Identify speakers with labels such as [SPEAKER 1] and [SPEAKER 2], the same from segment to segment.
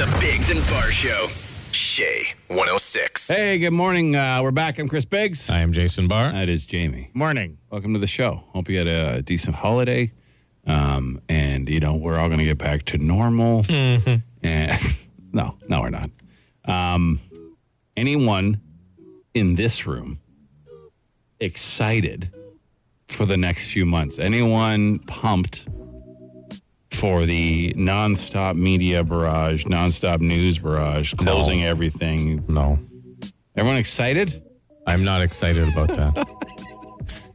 [SPEAKER 1] The Bigs and Bar Show. Shay 106.
[SPEAKER 2] Hey, good morning. Uh, we're back. I'm Chris Biggs.
[SPEAKER 3] I am Jason Barr.
[SPEAKER 2] That is Jamie.
[SPEAKER 3] Morning.
[SPEAKER 2] Welcome to the show. Hope you had a decent holiday. Um, and, you know, we're all going to get back to normal. And, no, no, we're not. Um, anyone in this room excited for the next few months? Anyone pumped for the nonstop media barrage, nonstop news barrage, closing everything?
[SPEAKER 3] No,
[SPEAKER 2] Everyone excited?
[SPEAKER 3] I'm not excited about that.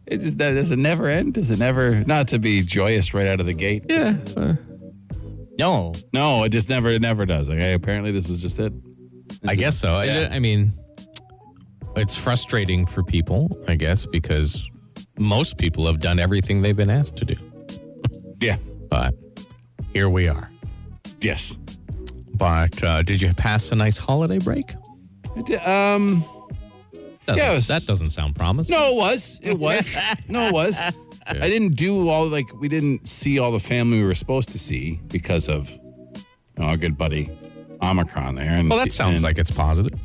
[SPEAKER 2] It just, does it never end? Does it never not to be joyous right out of the gate? Yeah.
[SPEAKER 3] no,
[SPEAKER 2] No, it just never it never does. Okay, apparently this is just it.
[SPEAKER 3] I guess so. I-
[SPEAKER 2] Yeah.
[SPEAKER 3] I, mean, it's frustrating for people, I guess, because most people have done everything they've been asked to do.
[SPEAKER 2] Yeah.
[SPEAKER 3] But here we are.
[SPEAKER 2] Yes.
[SPEAKER 3] But uh, did you pass a nice holiday break?
[SPEAKER 2] um.
[SPEAKER 3] Doesn't-
[SPEAKER 2] Yeah, it was-
[SPEAKER 3] that doesn't sound promising.
[SPEAKER 2] No, it was. It was. no, it was. I didn't do all like we didn't see all the family we were supposed to see because of you know, our good buddy Omicron there. And
[SPEAKER 3] Well, that sounds
[SPEAKER 2] and-
[SPEAKER 3] like it's positive.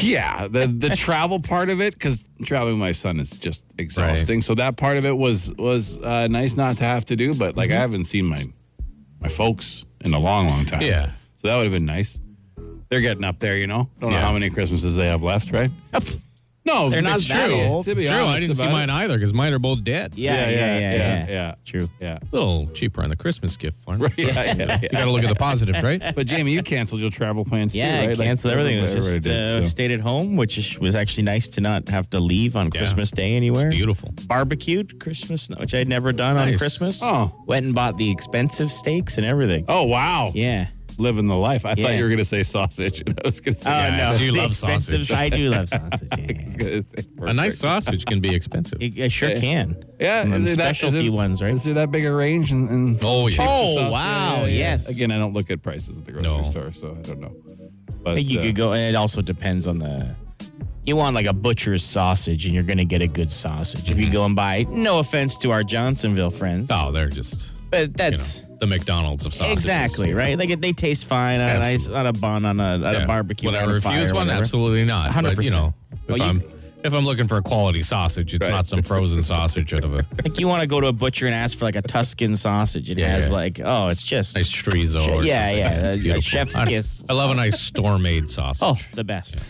[SPEAKER 2] yeah the the travel part of it because traveling with my son is just exhausting so that part of it was was uh, nice not to have to do but like i
[SPEAKER 4] Mm-hmm.
[SPEAKER 2] haven't seen my my folks in a long long time
[SPEAKER 3] Yeah.
[SPEAKER 2] so that would have been nice they're getting up there you know don't know
[SPEAKER 3] Yeah.
[SPEAKER 2] how many christmases they have left right no
[SPEAKER 4] They're not
[SPEAKER 2] it's
[SPEAKER 4] that
[SPEAKER 2] true
[SPEAKER 4] old.
[SPEAKER 2] to be
[SPEAKER 3] True,
[SPEAKER 2] honest
[SPEAKER 3] I didn't see
[SPEAKER 2] about it.
[SPEAKER 3] mine either because mine are both dead.
[SPEAKER 4] Yeah, yeah, yeah, yeah.
[SPEAKER 2] yeah.
[SPEAKER 4] True.
[SPEAKER 2] Yeah.
[SPEAKER 3] A little cheaper on the Christmas gift form.
[SPEAKER 2] Yeah, yeah,
[SPEAKER 3] You
[SPEAKER 2] yeah.
[SPEAKER 3] got to look at the positives, right?
[SPEAKER 2] But Jamie, you canceled your travel plans
[SPEAKER 4] Yeah,
[SPEAKER 2] too,
[SPEAKER 4] I
[SPEAKER 2] right? Like,
[SPEAKER 4] canceled everything. It was
[SPEAKER 2] everybody
[SPEAKER 4] just
[SPEAKER 2] did,
[SPEAKER 4] uh,
[SPEAKER 2] so.
[SPEAKER 4] stayed at home, which is, was actually nice to not have to leave on Christmas Day anywhere.
[SPEAKER 3] Beautiful.
[SPEAKER 4] Barbecued Christmas, which I'd never done on
[SPEAKER 3] Nice.
[SPEAKER 4] Christmas.
[SPEAKER 2] Oh.
[SPEAKER 4] went and bought the expensive steaks and everything.
[SPEAKER 2] Oh wow!
[SPEAKER 4] Yeah.
[SPEAKER 2] Living the life. I thought
[SPEAKER 4] Yeah. Oh,
[SPEAKER 2] you were going to say sausage. I was going to say
[SPEAKER 3] Yeah, no. you
[SPEAKER 4] The
[SPEAKER 3] love
[SPEAKER 4] expensive-
[SPEAKER 3] sausage.
[SPEAKER 4] I do love sausage. Yeah, yeah, yeah.
[SPEAKER 3] A nice sausage can be expensive.
[SPEAKER 4] It, it sure can.
[SPEAKER 2] Yeah,
[SPEAKER 4] And
[SPEAKER 2] is
[SPEAKER 4] then
[SPEAKER 2] there that-
[SPEAKER 4] specialty
[SPEAKER 2] is there-
[SPEAKER 4] ones, right?
[SPEAKER 2] Is there that big a range? And, and
[SPEAKER 3] Oh, yeah.
[SPEAKER 2] cheap
[SPEAKER 3] Oh,
[SPEAKER 2] to sauce?
[SPEAKER 4] wow, yes.
[SPEAKER 2] Again, I don't look at prices at the grocery
[SPEAKER 3] No.
[SPEAKER 2] store, so I don't know. But
[SPEAKER 4] I think you
[SPEAKER 2] uh,
[SPEAKER 4] could go, and it also depends on the. You want like a butcher's sausage, and you're going to get a good sausage. If you
[SPEAKER 2] Mm-hmm.
[SPEAKER 4] go and buy, no offense to our Johnsonville friends,
[SPEAKER 3] Oh, they're just
[SPEAKER 4] but
[SPEAKER 3] you
[SPEAKER 4] that's.
[SPEAKER 3] know, the McDonald's of sausages.
[SPEAKER 4] Exactly right. Like they taste fine on a nice
[SPEAKER 3] Absolutely.
[SPEAKER 4] on a bun on a, on
[SPEAKER 3] Yeah.
[SPEAKER 4] a barbecue.
[SPEAKER 3] Would I
[SPEAKER 4] on a
[SPEAKER 3] refuse
[SPEAKER 4] fire,
[SPEAKER 3] one?
[SPEAKER 4] whatever.
[SPEAKER 3] Absolutely not. But you
[SPEAKER 4] 100%.
[SPEAKER 3] know,
[SPEAKER 4] Well,
[SPEAKER 3] if
[SPEAKER 4] you-
[SPEAKER 3] I'm if I'm looking for a quality sausage, it's
[SPEAKER 2] Right.
[SPEAKER 3] not some frozen sausage out of a
[SPEAKER 4] Like you want to go to a butcher and ask for like a Tuscan sausage. It
[SPEAKER 3] Yeah,
[SPEAKER 4] has
[SPEAKER 3] yeah.
[SPEAKER 4] like oh, it's just
[SPEAKER 3] nice chorizo. Or
[SPEAKER 4] Yeah,
[SPEAKER 3] something.
[SPEAKER 4] yeah,
[SPEAKER 3] it's
[SPEAKER 4] a- a
[SPEAKER 3] beautiful.
[SPEAKER 4] chef's
[SPEAKER 3] I-
[SPEAKER 4] kiss.
[SPEAKER 3] I love a nice store made sausage.
[SPEAKER 4] oh the best.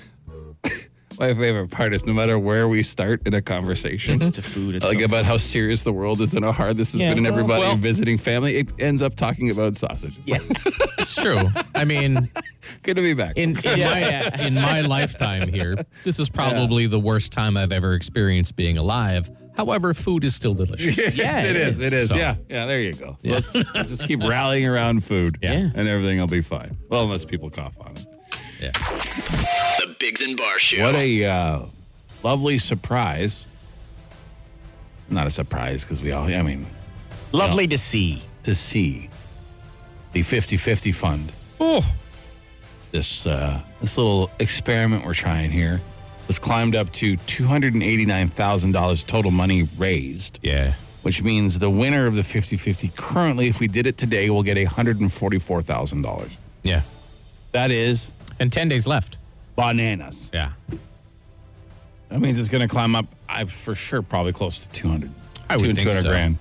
[SPEAKER 2] My favorite part is no matter where we start in a conversation,
[SPEAKER 4] It's the food. It's
[SPEAKER 2] like
[SPEAKER 4] so-
[SPEAKER 2] about how serious the world is and how hard this has
[SPEAKER 4] Mhm. Yeah,
[SPEAKER 2] been, and
[SPEAKER 4] well-
[SPEAKER 2] everybody
[SPEAKER 3] well-
[SPEAKER 2] visiting family, it ends up talking about sausage.
[SPEAKER 4] yeah.
[SPEAKER 3] it's true. I mean,
[SPEAKER 2] Good to be back.
[SPEAKER 3] in in
[SPEAKER 4] Yeah,
[SPEAKER 3] my
[SPEAKER 4] yeah.
[SPEAKER 3] in my lifetime here, this is probably the worst time I've ever experienced being alive. However, food is still delicious.
[SPEAKER 4] yeah,
[SPEAKER 2] it is. It is.
[SPEAKER 3] So-
[SPEAKER 2] Yeah. Yeah. There you go. So let's let's just keep rallying around food.
[SPEAKER 4] Yeah.
[SPEAKER 2] And everything will be fine. Well, unless people cough on it.
[SPEAKER 3] Yeah.
[SPEAKER 1] The Bigs and Bar Show.
[SPEAKER 2] What a uh, lovely surprise. Not a surprise because we all, I mean,
[SPEAKER 4] Lovely to see.
[SPEAKER 2] to see the 50 50 fund,
[SPEAKER 3] Oh,
[SPEAKER 2] this, uh, this little experiment we're trying here, was climbed up to $289,000 total money raised,
[SPEAKER 3] yeah.
[SPEAKER 2] which means the winner of the 50 50 currently, if we did it today, will get $144,000.
[SPEAKER 3] Yeah.
[SPEAKER 2] That is
[SPEAKER 3] And ten days left.
[SPEAKER 2] bananas.
[SPEAKER 3] Yeah.
[SPEAKER 2] That means it's going to climb up, I for sure, probably close to 200.
[SPEAKER 3] I would
[SPEAKER 2] two-
[SPEAKER 3] think
[SPEAKER 2] 200
[SPEAKER 3] so.
[SPEAKER 2] grand.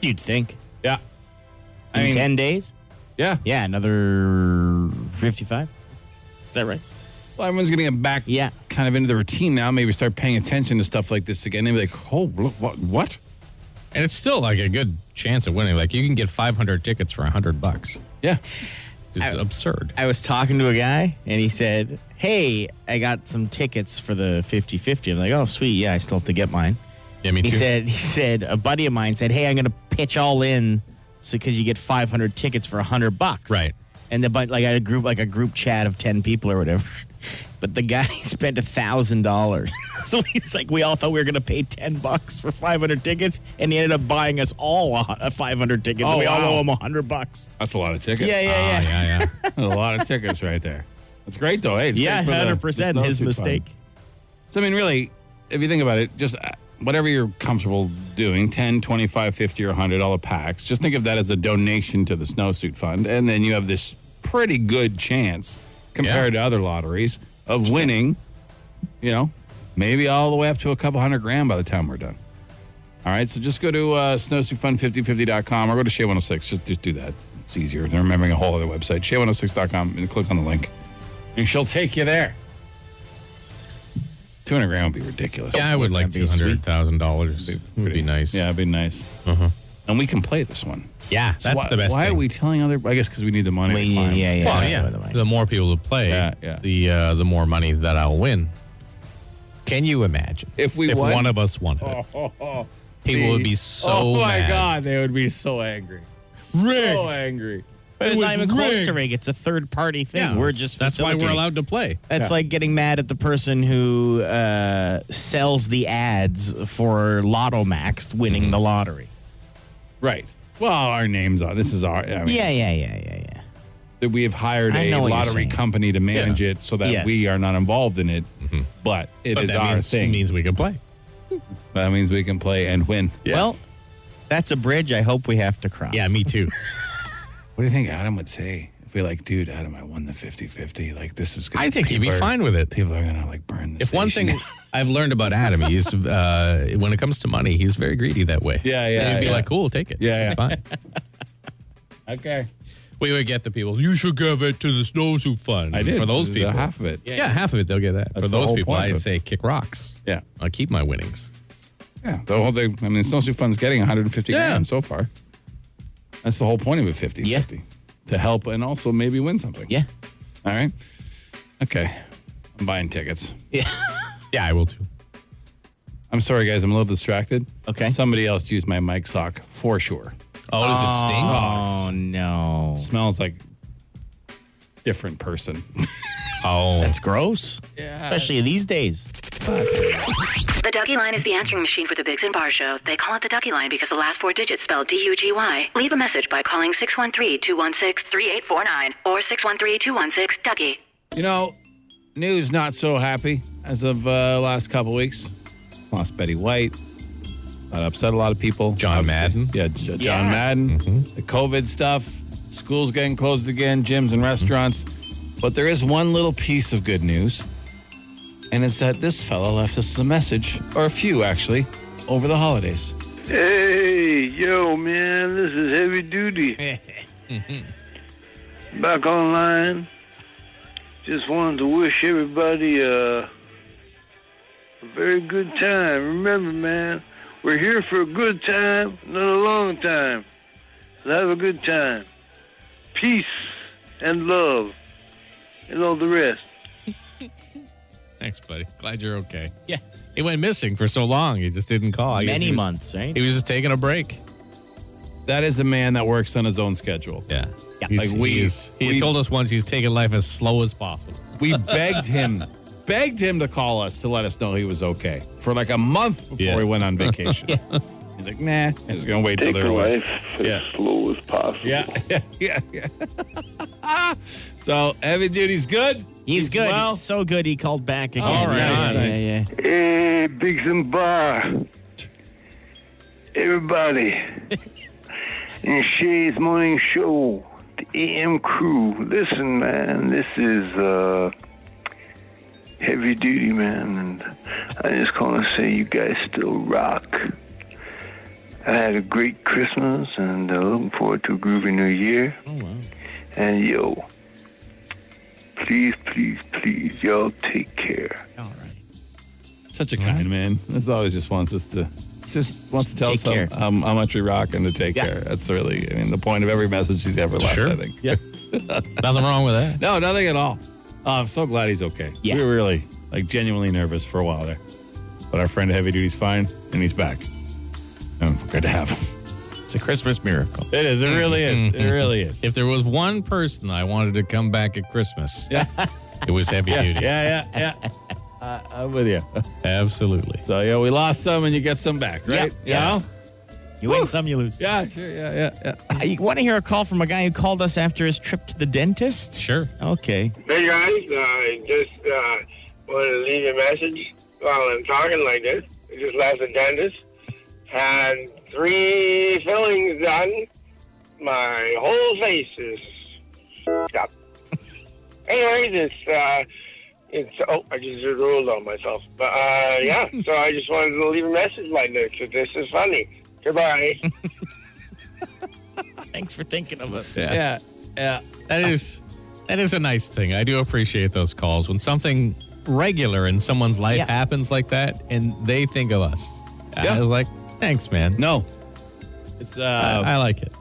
[SPEAKER 4] You'd think
[SPEAKER 2] Yeah.
[SPEAKER 4] in ten days.
[SPEAKER 2] yeah.
[SPEAKER 4] Yeah, another fifty-five. Is that right?
[SPEAKER 2] Well, everyone's going to get back
[SPEAKER 4] Yeah.
[SPEAKER 2] kind of into the routine now, maybe start paying attention to stuff like this again. They'd be like, oh, look, what? what?
[SPEAKER 3] And it's still like a good chance of winning. Like you can get 500 tickets for 100 bucks.
[SPEAKER 2] Yeah.
[SPEAKER 3] It's absurd.
[SPEAKER 4] I was talking to a guy and he said, Hey, I got some tickets for the 50 50. I'm like, Oh, sweet. Yeah, I still have to get mine.
[SPEAKER 3] Yeah, me
[SPEAKER 4] He
[SPEAKER 3] too.
[SPEAKER 4] said, He said, A buddy of mine said, Hey, I'm going to pitch all in so because you get 500 tickets for 100 bucks.
[SPEAKER 3] Right.
[SPEAKER 4] And the but like I had a group like a group chat of 10 people or whatever. But the guy spent a thousand dollars. So he's like, we all thought we were gonna pay ten bucks for five hundred tickets, and he ended up buying us all a hu- five hundred tickets.
[SPEAKER 2] Oh,
[SPEAKER 4] and we
[SPEAKER 2] wow.
[SPEAKER 4] all owe him hundred bucks.
[SPEAKER 2] That's a lot of tickets.
[SPEAKER 4] Yeah, yeah,
[SPEAKER 3] Ah,
[SPEAKER 4] yeah.
[SPEAKER 3] yeah, yeah.
[SPEAKER 2] That's a lot of tickets right there. That's great, though. Hey, it's
[SPEAKER 4] Yeah,
[SPEAKER 2] great for the-
[SPEAKER 4] hundred
[SPEAKER 2] the
[SPEAKER 4] percent.
[SPEAKER 2] snow
[SPEAKER 4] His
[SPEAKER 2] suit
[SPEAKER 4] mistake.
[SPEAKER 2] fund. So, I mean, really, if you think about it, just uh, whatever you're comfortable doing 10, 25, 50, or 100 all the packs, just think of that as a donation to the snowsuit fund. And then you have this pretty good chance compared to other lotteries of winning, you know, maybe all the way up to a couple hundred grand by the time we're done. All right, so just go to uh, snowsuitfun5050.com or go to Shay106. Just, just do that. It's easier than remembering a whole other website. Shay106.com and click on the link, and she'll take you there. 200 grand would be ridiculous.
[SPEAKER 3] Yeah, I would like
[SPEAKER 4] That'd be
[SPEAKER 3] two
[SPEAKER 4] sweet.
[SPEAKER 3] hundred thousand dollars. Would be nice.
[SPEAKER 2] Yeah, it'd be nice. Uh-huh. And we can play this one.
[SPEAKER 3] yeah, that's
[SPEAKER 2] why,
[SPEAKER 3] the best.
[SPEAKER 2] Why
[SPEAKER 3] thing.
[SPEAKER 2] are we telling other? I guess because we need the money. to
[SPEAKER 4] yeah,
[SPEAKER 2] climb.
[SPEAKER 4] yeah, yeah.
[SPEAKER 3] Well,
[SPEAKER 4] yeah,
[SPEAKER 3] yeah.
[SPEAKER 4] by the way.
[SPEAKER 3] The more people that play,
[SPEAKER 2] Yeah, yeah.
[SPEAKER 3] the uh, the more money that I'll win. Can you imagine
[SPEAKER 2] If we
[SPEAKER 3] if
[SPEAKER 2] won-
[SPEAKER 3] one of us won it? people would be so.
[SPEAKER 2] Oh my
[SPEAKER 3] mad.
[SPEAKER 2] god, they would be so angry. So angry.
[SPEAKER 4] But it's
[SPEAKER 2] It
[SPEAKER 4] not
[SPEAKER 2] was
[SPEAKER 4] even close to
[SPEAKER 2] rigged.
[SPEAKER 4] rig. It's a third party thing.
[SPEAKER 3] Yeah,
[SPEAKER 4] we're just
[SPEAKER 3] that's why we're
[SPEAKER 4] facilitating.
[SPEAKER 3] allowed to play.
[SPEAKER 4] That's like getting mad at the person who uh, sells the ads for Lotto Max winning the lottery.
[SPEAKER 2] Right. Well, our names are. This is our. I mean,
[SPEAKER 4] Yeah, yeah, yeah, yeah, yeah.
[SPEAKER 2] that we have hired
[SPEAKER 4] I
[SPEAKER 2] a
[SPEAKER 4] know what you're
[SPEAKER 2] lottery
[SPEAKER 4] saying.
[SPEAKER 2] company to manage
[SPEAKER 3] Yeah. Mm-hmm.
[SPEAKER 2] it so that
[SPEAKER 4] Yes.
[SPEAKER 2] we are not involved in it, but it is
[SPEAKER 3] But that
[SPEAKER 2] our
[SPEAKER 3] means,
[SPEAKER 2] thing.
[SPEAKER 3] means we can play.
[SPEAKER 2] that means we can play and win.
[SPEAKER 4] Well, that's a bridge I hope we have to cross.
[SPEAKER 3] Yeah, me too.
[SPEAKER 2] What do you think Adam would say if we like, dude, Adam, I won the 50-50. Like this is. Gonna,
[SPEAKER 3] I think he'd be
[SPEAKER 2] people are-
[SPEAKER 3] fine with it.
[SPEAKER 2] People are gonna like burn this.
[SPEAKER 3] If one thing I've learned about Adam, he's uh, when it comes to money, he's very greedy that way.
[SPEAKER 2] Yeah, yeah,
[SPEAKER 3] And he'd be
[SPEAKER 2] yeah.
[SPEAKER 3] like, "Cool, take it.
[SPEAKER 2] Yeah,
[SPEAKER 3] it's
[SPEAKER 2] yeah.
[SPEAKER 3] fine."
[SPEAKER 2] Okay.
[SPEAKER 3] We would get the people. You should give it to the snowsuit who fund.
[SPEAKER 2] I did
[SPEAKER 3] for those
[SPEAKER 2] The
[SPEAKER 3] people.
[SPEAKER 2] Half of it.
[SPEAKER 3] yeah, half of it they'll get that.
[SPEAKER 2] That's
[SPEAKER 3] for
[SPEAKER 2] the
[SPEAKER 3] those
[SPEAKER 2] whole
[SPEAKER 3] people,
[SPEAKER 2] point
[SPEAKER 3] I
[SPEAKER 2] of it.
[SPEAKER 3] say kick rocks.
[SPEAKER 2] Yeah.
[SPEAKER 3] I keep my winnings.
[SPEAKER 2] Yeah, the whole thing. I mean, snowshoe fun's getting 150
[SPEAKER 3] Yeah.
[SPEAKER 2] grand so far. That's the whole point of a 50
[SPEAKER 4] Yeah.
[SPEAKER 2] 50 to help and also maybe win something.
[SPEAKER 4] Yeah.
[SPEAKER 2] All right. Okay. I'm buying tickets.
[SPEAKER 3] Yeah, I will too.
[SPEAKER 2] I'm sorry, guys. I'm a little distracted.
[SPEAKER 4] Okay.
[SPEAKER 2] Somebody else used my mic sock for sure.
[SPEAKER 3] Oh, does it sting?
[SPEAKER 4] Oh no.
[SPEAKER 2] Smells like different person.
[SPEAKER 3] Oh,
[SPEAKER 4] That's gross.
[SPEAKER 2] Yeah.
[SPEAKER 4] Especially these days.
[SPEAKER 5] The Ducky Line is the answering machine for the Biggs and Bar Show. They call it the Ducky Line because the last four digits spell D-U-G-Y. Leave a message by calling 613-216-3849 or 613-216-DUCKY.
[SPEAKER 2] You know, news not so happy as of uh, last couple weeks. Lost Betty White. That upset a lot of people.
[SPEAKER 3] John Madden. Mm-hmm.
[SPEAKER 2] Yeah, J- John Madden. The COVID stuff. Schools getting closed again, gyms and restaurants. But there is one little piece of good news, and it's that this fella left us a message, or a few actually, over the holidays.
[SPEAKER 6] Hey, yo, man, this is heavy duty. Back online. Just wanted to wish everybody uh, a very good time. Remember, man, we're here for a good time, not a long time. So have a good time. Peace and love and all the rest.
[SPEAKER 3] thanks, buddy. Glad you're okay.
[SPEAKER 4] Yeah.
[SPEAKER 3] He went missing for so long. He just didn't call. I guess
[SPEAKER 4] Many
[SPEAKER 3] he was-
[SPEAKER 4] months, right?
[SPEAKER 3] He was just taking a break.
[SPEAKER 2] That is a man that works on his own schedule.
[SPEAKER 3] Yeah.
[SPEAKER 4] Yeah.
[SPEAKER 3] He's,
[SPEAKER 2] Like we-
[SPEAKER 3] he's- he
[SPEAKER 2] we-
[SPEAKER 3] told us once he's taking life as slow as possible.
[SPEAKER 2] We begged him, begged him to call us to let us know he was okay for like a month before
[SPEAKER 3] Yeah.
[SPEAKER 2] he went on vacation. He's like, nah, I'm just gonna wait till
[SPEAKER 6] Take
[SPEAKER 2] they're
[SPEAKER 6] your
[SPEAKER 2] away.
[SPEAKER 6] life as
[SPEAKER 2] Yeah.
[SPEAKER 6] slow as possible.
[SPEAKER 2] Yeah, yeah, yeah. yeah. so heavy duty's good.
[SPEAKER 4] He's good.
[SPEAKER 2] well.
[SPEAKER 4] He's so good he called back again.
[SPEAKER 2] All
[SPEAKER 3] right.
[SPEAKER 4] Yeah,
[SPEAKER 2] Nice.
[SPEAKER 4] yeah, yeah.
[SPEAKER 6] Hey, Big Bar. Everybody. in Shay's Morning Show, the AM crew. Listen, man, this is uh, heavy duty, man. And I just want to say you guys still rock. I had a great Christmas and uh, looking forward to a groovy new year. Oh, wow. And yo, please, please, please, y'all take care.
[SPEAKER 4] All right.
[SPEAKER 2] Such a kind man. That's always just wants us to just wants to tell
[SPEAKER 4] Take
[SPEAKER 2] us how,
[SPEAKER 4] care.
[SPEAKER 2] um, how much we rock and to take
[SPEAKER 4] Yeah.
[SPEAKER 2] care. That's really, I mean, the point of every message he's ever left.
[SPEAKER 3] Sure.
[SPEAKER 2] I think.
[SPEAKER 4] Yeah.
[SPEAKER 3] Nothing wrong with that.
[SPEAKER 2] No, nothing at all. Oh, I'm so glad he's okay.
[SPEAKER 4] Yeah.
[SPEAKER 2] We were really, like, genuinely nervous for a while there. But our friend Heavy Duty's fine, and he's back. And good to have him.
[SPEAKER 4] It's a Christmas miracle.
[SPEAKER 2] It is. It really is. It really is.
[SPEAKER 3] If there was one person I wanted to come back at Christmas,
[SPEAKER 2] Yeah.
[SPEAKER 3] it was heavy duty.
[SPEAKER 2] Yeah, yeah, yeah. Uh, I'm with you.
[SPEAKER 3] Absolutely.
[SPEAKER 2] So, yeah, we lost some and you get some back, right?
[SPEAKER 4] Yeah.
[SPEAKER 2] You know?
[SPEAKER 4] You win some, you lose.
[SPEAKER 2] Yeah, sure, yeah, yeah, yeah.
[SPEAKER 4] Uh, You want to hear a call from a guy who called us after his trip to the dentist?
[SPEAKER 3] Sure.
[SPEAKER 4] Okay.
[SPEAKER 7] Hey guys, uh, just uh, wanted to leave a message while I'm talking like this. I just left the dentist, had three fillings done. My whole face is f***ed up. anyways, it's uh, it's oh, I just did a roll on myself. But uh, yeah, so I just wanted to leave a message like this. So this is funny. Goodbye.
[SPEAKER 4] Thanks for thinking of us.
[SPEAKER 2] Yeah. Yeah.
[SPEAKER 3] That is that is a nice thing. I do appreciate those calls when something regular in someone's life
[SPEAKER 4] Yeah.
[SPEAKER 3] happens like that, and they think of us.
[SPEAKER 2] Yeah.
[SPEAKER 3] I was like, thanks, man.
[SPEAKER 2] No. It's uh
[SPEAKER 3] I like it.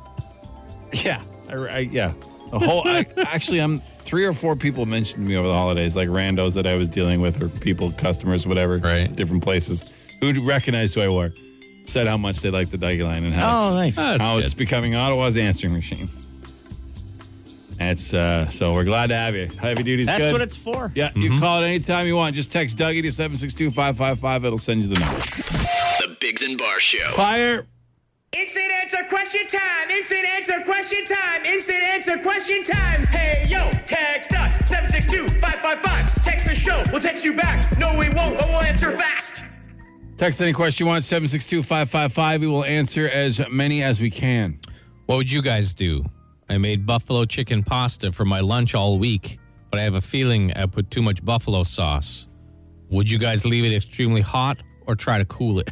[SPEAKER 2] yeah. I, I, yeah. A whole I, actually I'm three or four people mentioned me over the holidays like randos that I was dealing with or people customers whatever
[SPEAKER 3] Right.
[SPEAKER 2] different places who recognized who I were said how much they liked the Dougie line and how
[SPEAKER 4] Oh,
[SPEAKER 2] it's-
[SPEAKER 4] nice.
[SPEAKER 3] That's
[SPEAKER 2] how it's
[SPEAKER 3] good.
[SPEAKER 2] becoming Ottawa's answering machine. That's uh so we're glad to have you. Heavy duty's
[SPEAKER 4] That's
[SPEAKER 2] good.
[SPEAKER 4] what it's Mm-hmm. for.
[SPEAKER 2] yeah, you can call it anytime you want. Just text Dougie to 762-555. It'll send you the number.
[SPEAKER 1] The Biggs and Bar Show.
[SPEAKER 2] Fire.
[SPEAKER 8] Instant answer question time. Instant answer question time. Instant answer question time. Hey yo, text us 762-555. Text the show. We'll text you back. No, we won't, but we'll answer fast.
[SPEAKER 2] Text any question you want, 762 555. We will answer as many as we can.
[SPEAKER 3] What would you guys do? I made buffalo chicken pasta for my lunch all week, but I have a feeling I put too much buffalo sauce. Would you guys leave it extremely hot or try to cool it?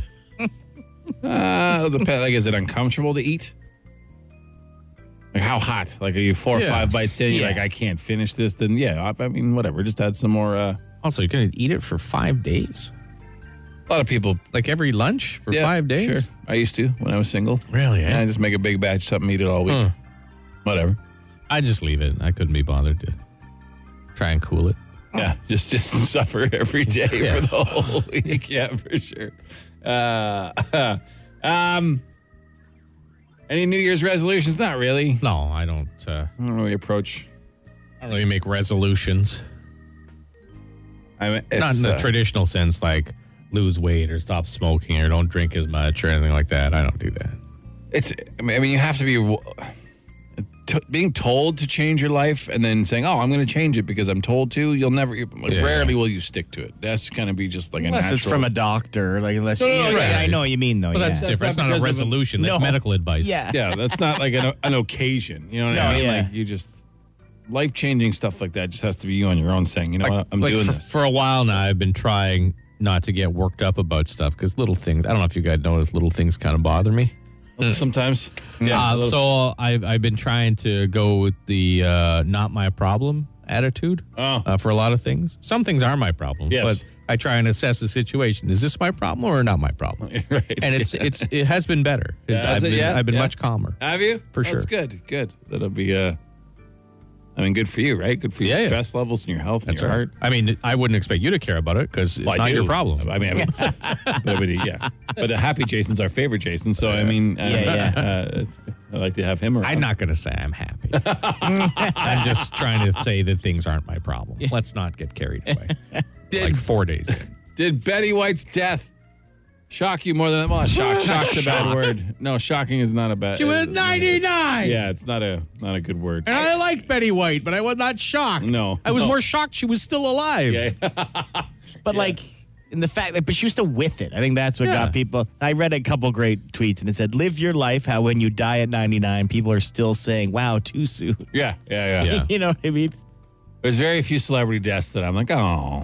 [SPEAKER 2] Uh, the pet, like, is it uncomfortable to eat? Like, how hot? Like, are you four or
[SPEAKER 3] Yeah.
[SPEAKER 2] five bites in? You're
[SPEAKER 4] Yeah.
[SPEAKER 2] like, I can't finish this. Then, yeah, I, I mean, whatever. Just add some more. Uh,
[SPEAKER 3] Also, you're going to eat it for five days?
[SPEAKER 2] a lot of people.
[SPEAKER 3] Like every lunch for
[SPEAKER 2] Yeah,
[SPEAKER 3] five days?
[SPEAKER 2] Sure. I used to when I was single.
[SPEAKER 3] Really?
[SPEAKER 2] And I
[SPEAKER 3] Eh?
[SPEAKER 2] just make a big batch, something, eat it all week.
[SPEAKER 3] Huh.
[SPEAKER 2] Whatever.
[SPEAKER 3] I just leave it. I couldn't be bothered to try and cool it.
[SPEAKER 2] Yeah, just just suffer every day for the whole week. Yeah, for sure. Uh, um, any New Year's resolutions? Not really.
[SPEAKER 3] No, I don't. Uh,
[SPEAKER 2] I don't really approach.
[SPEAKER 3] I don't really make resolutions.
[SPEAKER 2] I mean, it's,
[SPEAKER 3] Not in the
[SPEAKER 2] uh,
[SPEAKER 3] traditional sense, like lose weight or stop smoking or don't drink as much or anything like that. I don't do that.
[SPEAKER 2] it's. I mean, I mean, you have to be to, being told to change your life, and then saying, "Oh, I'm going to change it because I'm told to." You'll never. you-
[SPEAKER 3] Yeah.
[SPEAKER 2] Rarely will you stick to it. That's going to be just like a
[SPEAKER 4] Unless
[SPEAKER 2] natural.
[SPEAKER 4] it's from a doctor, like unless you
[SPEAKER 3] no, right.
[SPEAKER 4] I know what you mean though.
[SPEAKER 3] Well, that's
[SPEAKER 4] yeah.
[SPEAKER 3] different.
[SPEAKER 2] not
[SPEAKER 3] That's not a
[SPEAKER 2] because of a-
[SPEAKER 3] resolution. That's
[SPEAKER 4] No.
[SPEAKER 3] medical advice.
[SPEAKER 4] yeah.
[SPEAKER 2] yeah, that's not like an, an occasion. You know what I
[SPEAKER 4] No,
[SPEAKER 2] mean?
[SPEAKER 4] yeah.
[SPEAKER 2] Like you just life changing stuff like that just has to be you on your own saying, you know what, I'm
[SPEAKER 3] Like,
[SPEAKER 2] doing
[SPEAKER 3] for,
[SPEAKER 2] this.
[SPEAKER 3] for a while now. I've been trying not to get worked up about stuff because little things. I don't know if you guys notice, little things kind of bother me.
[SPEAKER 2] Sometimes, yeah.
[SPEAKER 3] Uh,
[SPEAKER 2] a little-
[SPEAKER 3] so I've I've been trying to go with the uh, not my problem attitude
[SPEAKER 2] Oh.
[SPEAKER 3] uh, for a lot of things. Some things are my problem,
[SPEAKER 2] Yes.
[SPEAKER 3] but I try and assess the situation. Is this my problem or not my problem?
[SPEAKER 2] Right.
[SPEAKER 3] And it's it's it has been better. I've
[SPEAKER 2] Has it?
[SPEAKER 3] been,
[SPEAKER 2] Yeah,
[SPEAKER 3] I've been
[SPEAKER 2] yeah.
[SPEAKER 3] much calmer.
[SPEAKER 2] have you
[SPEAKER 3] For
[SPEAKER 2] That's
[SPEAKER 3] sure.
[SPEAKER 2] good, good. That'll be. uh I mean, good for you, right? Good for your
[SPEAKER 3] Yeah, yeah.
[SPEAKER 2] stress levels and your health and your heart.
[SPEAKER 3] I mean, I wouldn't expect you to care about it because it's
[SPEAKER 2] Well, I
[SPEAKER 3] not
[SPEAKER 2] do.
[SPEAKER 3] your problem.
[SPEAKER 2] I mean, I would, but I would- yeah. But uh, happy Jason's our favorite Jason, so I mean, uh,
[SPEAKER 4] Yeah,
[SPEAKER 2] Uh, it's- I like to have him around.
[SPEAKER 3] I'm not going to say I'm happy. I'm just trying to say that things aren't my problem. Let's not get carried away. like four days in.
[SPEAKER 2] Did Betty White's death shock you more than well, shock? Shock's a bad word. No, shocking is not a bad.
[SPEAKER 3] She was
[SPEAKER 2] it's not a-
[SPEAKER 3] 99.
[SPEAKER 2] Yeah, it's not a not a good word.
[SPEAKER 3] And I like Betty White, but I was not shocked.
[SPEAKER 2] No.
[SPEAKER 3] I was
[SPEAKER 2] No.
[SPEAKER 3] more shocked she was still alive.
[SPEAKER 2] Okay.
[SPEAKER 4] But like in the fact that, but she was still with it. I think that's what
[SPEAKER 3] Yeah.
[SPEAKER 4] got people. I read a couple great tweets and it said, "Live your life." How when you die at ninety nine, people are still saying, "Wow, too soon."
[SPEAKER 2] Yeah, yeah, yeah.
[SPEAKER 3] Yeah.
[SPEAKER 4] you know what I mean?
[SPEAKER 2] There's very few celebrity deaths that I'm like, oh.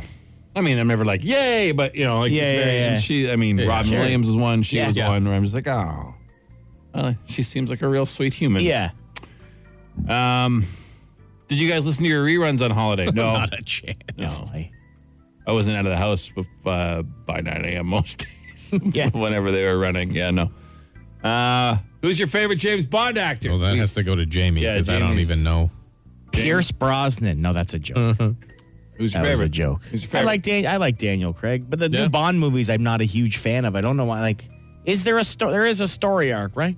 [SPEAKER 2] I mean, I'm never like, yay, but you know, like,
[SPEAKER 4] Yeah,
[SPEAKER 2] it's
[SPEAKER 4] yeah,
[SPEAKER 2] very-
[SPEAKER 4] yeah.
[SPEAKER 2] and she. I mean,
[SPEAKER 3] Yeah,
[SPEAKER 2] Robin
[SPEAKER 4] sure.
[SPEAKER 2] Williams was one. She
[SPEAKER 4] Yeah.
[SPEAKER 2] was
[SPEAKER 3] Yeah.
[SPEAKER 2] one. Where I'm just like, oh, well, she seems like a real sweet human.
[SPEAKER 4] Yeah.
[SPEAKER 2] Did you guys listen to your reruns on holiday? No,
[SPEAKER 3] a chance.
[SPEAKER 2] no. I wasn't out of the house bef- uh, by 9 a.m. most days.
[SPEAKER 4] Yeah.
[SPEAKER 2] Whenever they were running. Yeah, no. Uh, who's your favorite James Bond actor?
[SPEAKER 3] Well, that
[SPEAKER 2] We-
[SPEAKER 3] has to go to Jamie
[SPEAKER 2] Yeah,
[SPEAKER 3] because I don't
[SPEAKER 2] Jamie's-
[SPEAKER 3] even know.
[SPEAKER 4] Pierce Brosnan. No, that's a joke.
[SPEAKER 3] Uh-huh.
[SPEAKER 2] who's your
[SPEAKER 4] That was
[SPEAKER 2] favorite?
[SPEAKER 4] a joke.
[SPEAKER 2] Who's your
[SPEAKER 4] I
[SPEAKER 2] favorite?
[SPEAKER 4] like Dan- I like Daniel Craig, but the
[SPEAKER 2] Yeah.
[SPEAKER 4] new Bond movies I'm not a huge fan of. I don't know why. Like, is there a story? There is a story arc, right?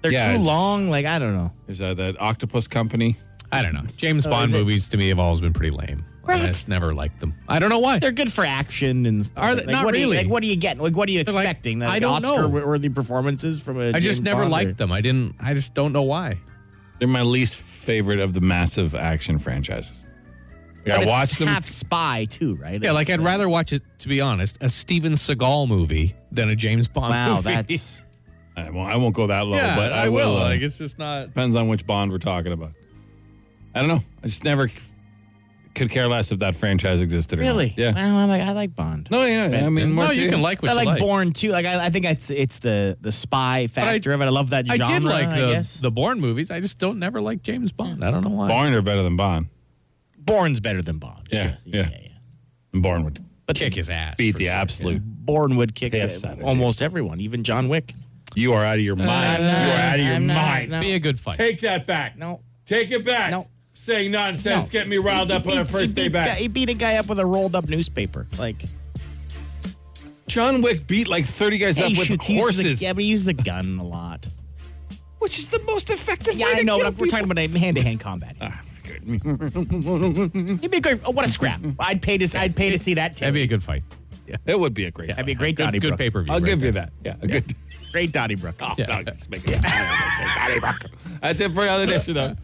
[SPEAKER 4] They're
[SPEAKER 2] Yeah,
[SPEAKER 4] too
[SPEAKER 2] it's-
[SPEAKER 4] long. Like I don't know.
[SPEAKER 2] Is that that Octopus Company?
[SPEAKER 3] I don't know. James
[SPEAKER 2] Oh,
[SPEAKER 3] Bond
[SPEAKER 4] it-
[SPEAKER 3] movies to me have always been pretty lame.
[SPEAKER 4] What?
[SPEAKER 3] I just never liked them. I don't know why.
[SPEAKER 4] They're good for action and
[SPEAKER 3] Are they-
[SPEAKER 4] like,
[SPEAKER 3] not
[SPEAKER 4] what Are
[SPEAKER 3] really.
[SPEAKER 4] you, like what are you getting? Like what are you
[SPEAKER 3] They're like,
[SPEAKER 4] expecting?
[SPEAKER 3] I
[SPEAKER 4] Like,
[SPEAKER 3] don't know.
[SPEAKER 4] Oscar worthy performances from a
[SPEAKER 3] I just
[SPEAKER 4] James
[SPEAKER 3] never
[SPEAKER 4] Bond or-
[SPEAKER 3] liked them. I didn't. I just don't know why.
[SPEAKER 2] They're my least favorite of the massive action franchises. Like,
[SPEAKER 4] But
[SPEAKER 2] I
[SPEAKER 4] it's
[SPEAKER 2] watched them.
[SPEAKER 4] half spy too, right?
[SPEAKER 3] Yeah, like
[SPEAKER 4] It's
[SPEAKER 3] I'd rather watch it. To be honest, a Steven Seagal movie than a James Bond
[SPEAKER 4] Wow,
[SPEAKER 3] movie.
[SPEAKER 4] that's
[SPEAKER 2] I won't, I won't go that low,
[SPEAKER 3] yeah,
[SPEAKER 2] but
[SPEAKER 3] I,
[SPEAKER 2] I,
[SPEAKER 3] will.
[SPEAKER 2] uh,
[SPEAKER 3] Like it's just not.
[SPEAKER 2] depends on which Bond we're talking about. I don't know. I just never could care less if that franchise existed. Or not.
[SPEAKER 4] Really?
[SPEAKER 2] Yeah.
[SPEAKER 4] Well, I like, I like Bond.
[SPEAKER 2] No, yeah. I mean, more
[SPEAKER 3] no,
[SPEAKER 2] for
[SPEAKER 3] you can like what
[SPEAKER 4] I
[SPEAKER 3] you
[SPEAKER 4] like,
[SPEAKER 3] like.
[SPEAKER 4] Born too. Like I, I think it's it's the the spy factor of it. I love that
[SPEAKER 3] I
[SPEAKER 4] genre.
[SPEAKER 3] did like
[SPEAKER 4] I guess.
[SPEAKER 3] the the Bourne movies. I just don't never like James Bond. I don't know why.
[SPEAKER 2] Bourne are better than Bond.
[SPEAKER 4] Born's better than Bond.
[SPEAKER 2] Yeah,
[SPEAKER 4] Sure.
[SPEAKER 2] yeah. And Bourne would
[SPEAKER 3] But kick his ass.
[SPEAKER 2] beat
[SPEAKER 3] for
[SPEAKER 2] the
[SPEAKER 3] sure.
[SPEAKER 2] absolute.
[SPEAKER 4] Born would kick
[SPEAKER 2] Piss
[SPEAKER 4] uh,
[SPEAKER 2] out of
[SPEAKER 4] almost everyone, even John Wick.
[SPEAKER 2] You are out of your mind. you are out of your
[SPEAKER 4] I'm not-
[SPEAKER 2] mind.
[SPEAKER 4] no.
[SPEAKER 3] Be a good fight.
[SPEAKER 2] Take that back.
[SPEAKER 4] No.
[SPEAKER 2] Take it back.
[SPEAKER 4] No.
[SPEAKER 2] Saying nonsense.
[SPEAKER 4] No.
[SPEAKER 2] Get me riled up on
[SPEAKER 4] He
[SPEAKER 2] our
[SPEAKER 4] beats- he
[SPEAKER 2] first day
[SPEAKER 4] beats
[SPEAKER 2] back.
[SPEAKER 4] guy- he beat a guy up with a rolled up newspaper. Like
[SPEAKER 2] John Wick beat like 30 guys
[SPEAKER 4] hey,
[SPEAKER 2] up with
[SPEAKER 4] shoot, he uses a-
[SPEAKER 2] horses,
[SPEAKER 4] yeah, but he uses a gun a lot.
[SPEAKER 2] which is the most effective
[SPEAKER 4] Yeah,
[SPEAKER 2] way
[SPEAKER 4] I
[SPEAKER 2] to
[SPEAKER 4] know.
[SPEAKER 2] kill
[SPEAKER 4] But we're talking about hand to hand combat.
[SPEAKER 2] Ah,
[SPEAKER 4] He'd be a great. Oh, what a scrap! I'd pay to I'd pay to see that.
[SPEAKER 3] That'd
[SPEAKER 4] Terry.
[SPEAKER 3] be a good fight.
[SPEAKER 2] people. It would be a great
[SPEAKER 4] That'd be a
[SPEAKER 2] fight.
[SPEAKER 4] great Dottie
[SPEAKER 3] Good, good
[SPEAKER 4] Brooke.
[SPEAKER 3] pay per view.
[SPEAKER 2] I'll give you that. Yeah, a good.
[SPEAKER 4] Great Donnybrook. Oh,
[SPEAKER 3] Yeah.
[SPEAKER 2] No, just make it. That's it for another edition, though.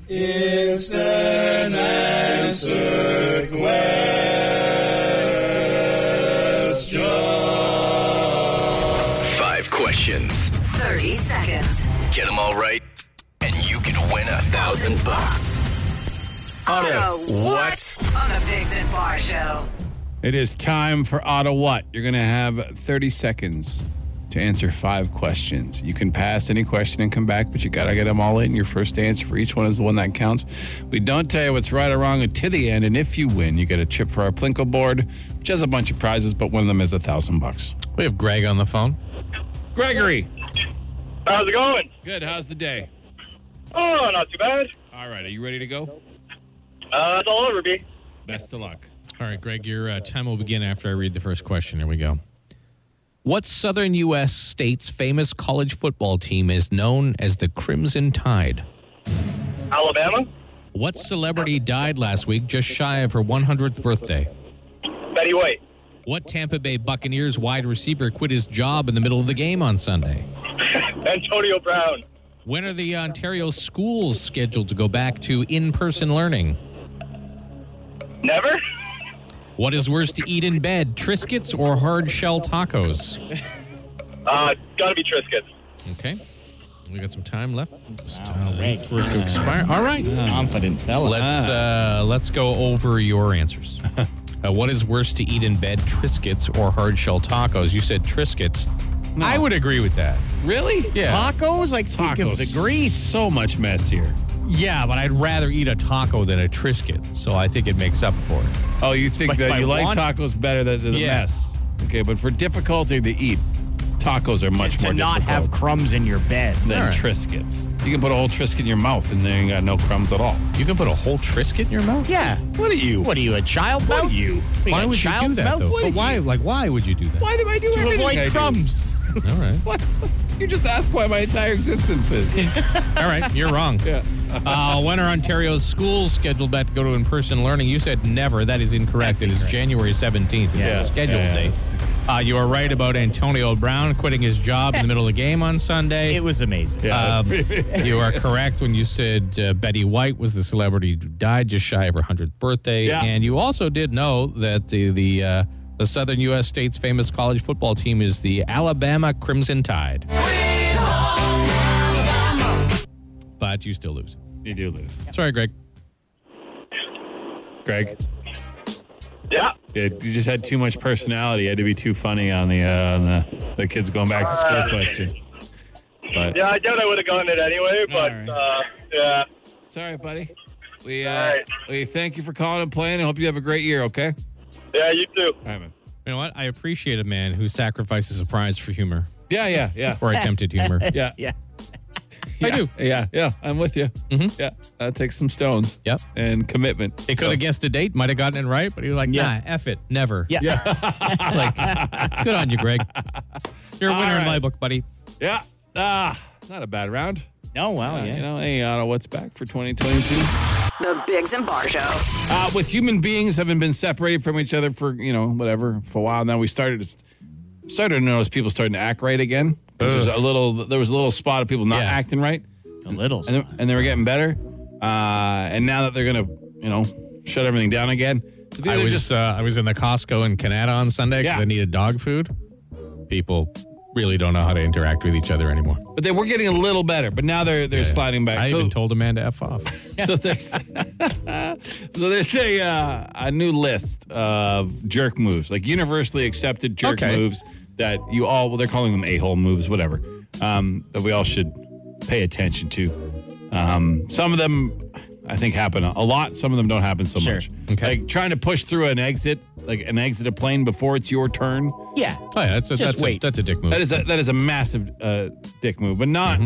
[SPEAKER 1] Five questions.
[SPEAKER 9] 30 seconds.
[SPEAKER 1] Get them all right, and you can win a thousand bucks.
[SPEAKER 9] Auto
[SPEAKER 1] what?
[SPEAKER 9] On the Bigs and Bar Show.
[SPEAKER 2] It is time for Auto What. You're going to have 30 seconds to answer five questions. You can pass any question and come back, but you got to get them all in. Your first answer for each one is the one that counts. We don't tell you what's right or wrong until the end, and if you win, you get a chip for our Plinko board, which has a bunch of prizes, but one of them is a thousand bucks.
[SPEAKER 3] We have Greg on the phone.
[SPEAKER 2] Gregory,
[SPEAKER 7] How's it going?
[SPEAKER 2] good. How's the day?
[SPEAKER 7] Oh, not too bad.
[SPEAKER 2] All right, are you ready to go?
[SPEAKER 7] Uh, it's all over, B.
[SPEAKER 2] Best of luck.
[SPEAKER 3] All right, Greg, your uh, time will begin after I read the first question. Here we go. What southern U.S. state's famous college football team is known as the Crimson Tide?
[SPEAKER 7] Alabama,
[SPEAKER 3] What celebrity died last week just shy of her 100th birthday?
[SPEAKER 7] Betty White,
[SPEAKER 3] What Tampa Bay Buccaneers wide receiver quit his job in the middle of the game on Sunday?
[SPEAKER 7] Antonio Brown,
[SPEAKER 3] When are the Ontario schools scheduled to go back to in person learning?
[SPEAKER 7] never.
[SPEAKER 3] What is worse to eat in bed, Triscuits or hard shell tacos?
[SPEAKER 7] Uh, gotta be Triscuits.
[SPEAKER 3] Okay. We got some time left. Just, uh, wait for it to expire. All right.
[SPEAKER 4] confident fella.
[SPEAKER 3] Let's uh, let's go over your answers. Uh, what is worse to eat in bed, Triscuits or hard shell tacos? You said Triscuits. I would agree with that.
[SPEAKER 2] Really?
[SPEAKER 3] Yeah.
[SPEAKER 4] tacos. Like speak of the grease.
[SPEAKER 2] So much messier.
[SPEAKER 3] Yeah, but I'd rather eat a taco than a Triscuit. So I think it makes up for it.
[SPEAKER 2] Oh, you think
[SPEAKER 4] Like
[SPEAKER 2] that
[SPEAKER 4] by
[SPEAKER 2] you like
[SPEAKER 4] want-
[SPEAKER 2] tacos better than than the
[SPEAKER 3] Yeah.
[SPEAKER 2] mess? Okay, but for difficulty to eat, tacos are much
[SPEAKER 4] to
[SPEAKER 2] more
[SPEAKER 4] not have
[SPEAKER 2] difficult
[SPEAKER 4] crumbs in your bed.
[SPEAKER 2] than
[SPEAKER 3] All right.
[SPEAKER 2] Triscuits. You can put a whole Triscuit in your mouth and then you got no crumbs at all.
[SPEAKER 3] You can put a whole Triscuit in your mouth?
[SPEAKER 4] Yeah.
[SPEAKER 2] What are you?
[SPEAKER 4] What are you, a child mouth? What are you?
[SPEAKER 3] Why
[SPEAKER 4] a
[SPEAKER 3] would you do
[SPEAKER 4] child's
[SPEAKER 3] that
[SPEAKER 4] mouth?
[SPEAKER 3] though?
[SPEAKER 4] What
[SPEAKER 3] But
[SPEAKER 4] are
[SPEAKER 3] why like why would you do that?
[SPEAKER 2] Why do I do
[SPEAKER 4] you- To
[SPEAKER 2] everything I
[SPEAKER 4] avoid
[SPEAKER 2] do?
[SPEAKER 4] crumbs.
[SPEAKER 3] All right.
[SPEAKER 2] What? You just asked why my entire existence is.
[SPEAKER 3] All right, you're wrong. Uh, when are Ontario's schools scheduled back to go to in-person learning? You said never. That is incorrect. it is January 17th. It's
[SPEAKER 2] Yeah.
[SPEAKER 3] a scheduled
[SPEAKER 2] Yeah.
[SPEAKER 3] date. Uh, you are right about Antonio Brown quitting his job in the middle of the game on Sunday.
[SPEAKER 4] It was amazing.
[SPEAKER 3] Um, you are correct when you said uh, Betty White was the celebrity who died just shy of her 100th birthday.
[SPEAKER 2] Yeah.
[SPEAKER 3] And you also did know that the the, uh, the Southern U.S. state's famous college football team is the Alabama Crimson Tide. But you still lose.
[SPEAKER 2] you do lose.
[SPEAKER 3] Sorry, Greg.
[SPEAKER 2] Greg,
[SPEAKER 7] Yeah.
[SPEAKER 2] yeah, you just had too much personality. You had to be too funny on the uh, on the, the kids going back to school question. But
[SPEAKER 7] Yeah, I doubt I would have gotten it anyway, but
[SPEAKER 2] right.
[SPEAKER 7] uh, yeah.
[SPEAKER 2] it's all right, buddy. We
[SPEAKER 7] All
[SPEAKER 2] uh,
[SPEAKER 7] right.
[SPEAKER 2] we thank you for calling and playing. I hope you have a great year. Okay.
[SPEAKER 7] Yeah, you too.
[SPEAKER 2] All right, man.
[SPEAKER 3] You know what? I appreciate a man who sacrifices a prize for humor
[SPEAKER 2] Yeah, yeah, yeah.
[SPEAKER 3] or attempted humor.
[SPEAKER 2] Yeah.
[SPEAKER 4] yeah.
[SPEAKER 2] I
[SPEAKER 3] do.
[SPEAKER 2] Yeah, yeah. I'm with you. Yeah. That takes some stones.
[SPEAKER 3] Mm-hmm. Yep.
[SPEAKER 2] And commitment.
[SPEAKER 3] He could have guessed a date, might have gotten it right, but he was like,
[SPEAKER 4] Yeah.
[SPEAKER 3] nah, F it, never.
[SPEAKER 4] Yeah.
[SPEAKER 3] like, good on you, Greg. You're a
[SPEAKER 2] All
[SPEAKER 3] winner in
[SPEAKER 2] right.
[SPEAKER 3] my book, buddy.
[SPEAKER 2] Yeah. Ah, not a bad round.
[SPEAKER 4] No, wow,
[SPEAKER 2] Uh,
[SPEAKER 4] yeah.
[SPEAKER 2] You know, hey, Otto, what's back for 2022?
[SPEAKER 9] The Bigs and Bar Show.
[SPEAKER 2] Uh, with human beings having been separated from each other for, you know, whatever, for a while now, we started started to notice people starting to act right again. 'Cause There's a little, there was a little spot of people not
[SPEAKER 3] Yeah.
[SPEAKER 2] acting right.
[SPEAKER 4] It's a little.
[SPEAKER 2] and they, and they were getting better. Uh, and now that they're gonna, you know, shut everything down again, so these
[SPEAKER 3] I
[SPEAKER 2] are
[SPEAKER 3] was
[SPEAKER 2] just
[SPEAKER 3] uh, I was in the Costco in Canada on Sunday because
[SPEAKER 2] Yeah.
[SPEAKER 3] I needed dog food. People really don't know how to interact with each other anymore.
[SPEAKER 2] But they were getting a little better, but now they're they're sliding back.
[SPEAKER 3] I
[SPEAKER 2] So-
[SPEAKER 3] even told Amanda F off.
[SPEAKER 2] so there's so there's a uh, a new list of jerk moves, like universally accepted jerk
[SPEAKER 3] Okay.
[SPEAKER 2] moves that you all well they're calling them a hole moves, whatever. Um, that we all should pay attention to. Um, some of them I think happen a lot. Some of them don't happen so
[SPEAKER 4] Sure.
[SPEAKER 2] much.
[SPEAKER 3] Okay.
[SPEAKER 2] Like trying to push through an exit, like an exit a plane before it's your turn.
[SPEAKER 4] Yeah.
[SPEAKER 3] Oh yeah, that's a,
[SPEAKER 4] Just
[SPEAKER 3] that's,
[SPEAKER 4] wait.
[SPEAKER 3] A, that's a dick move.
[SPEAKER 2] That is a, that is a massive uh, dick move, but not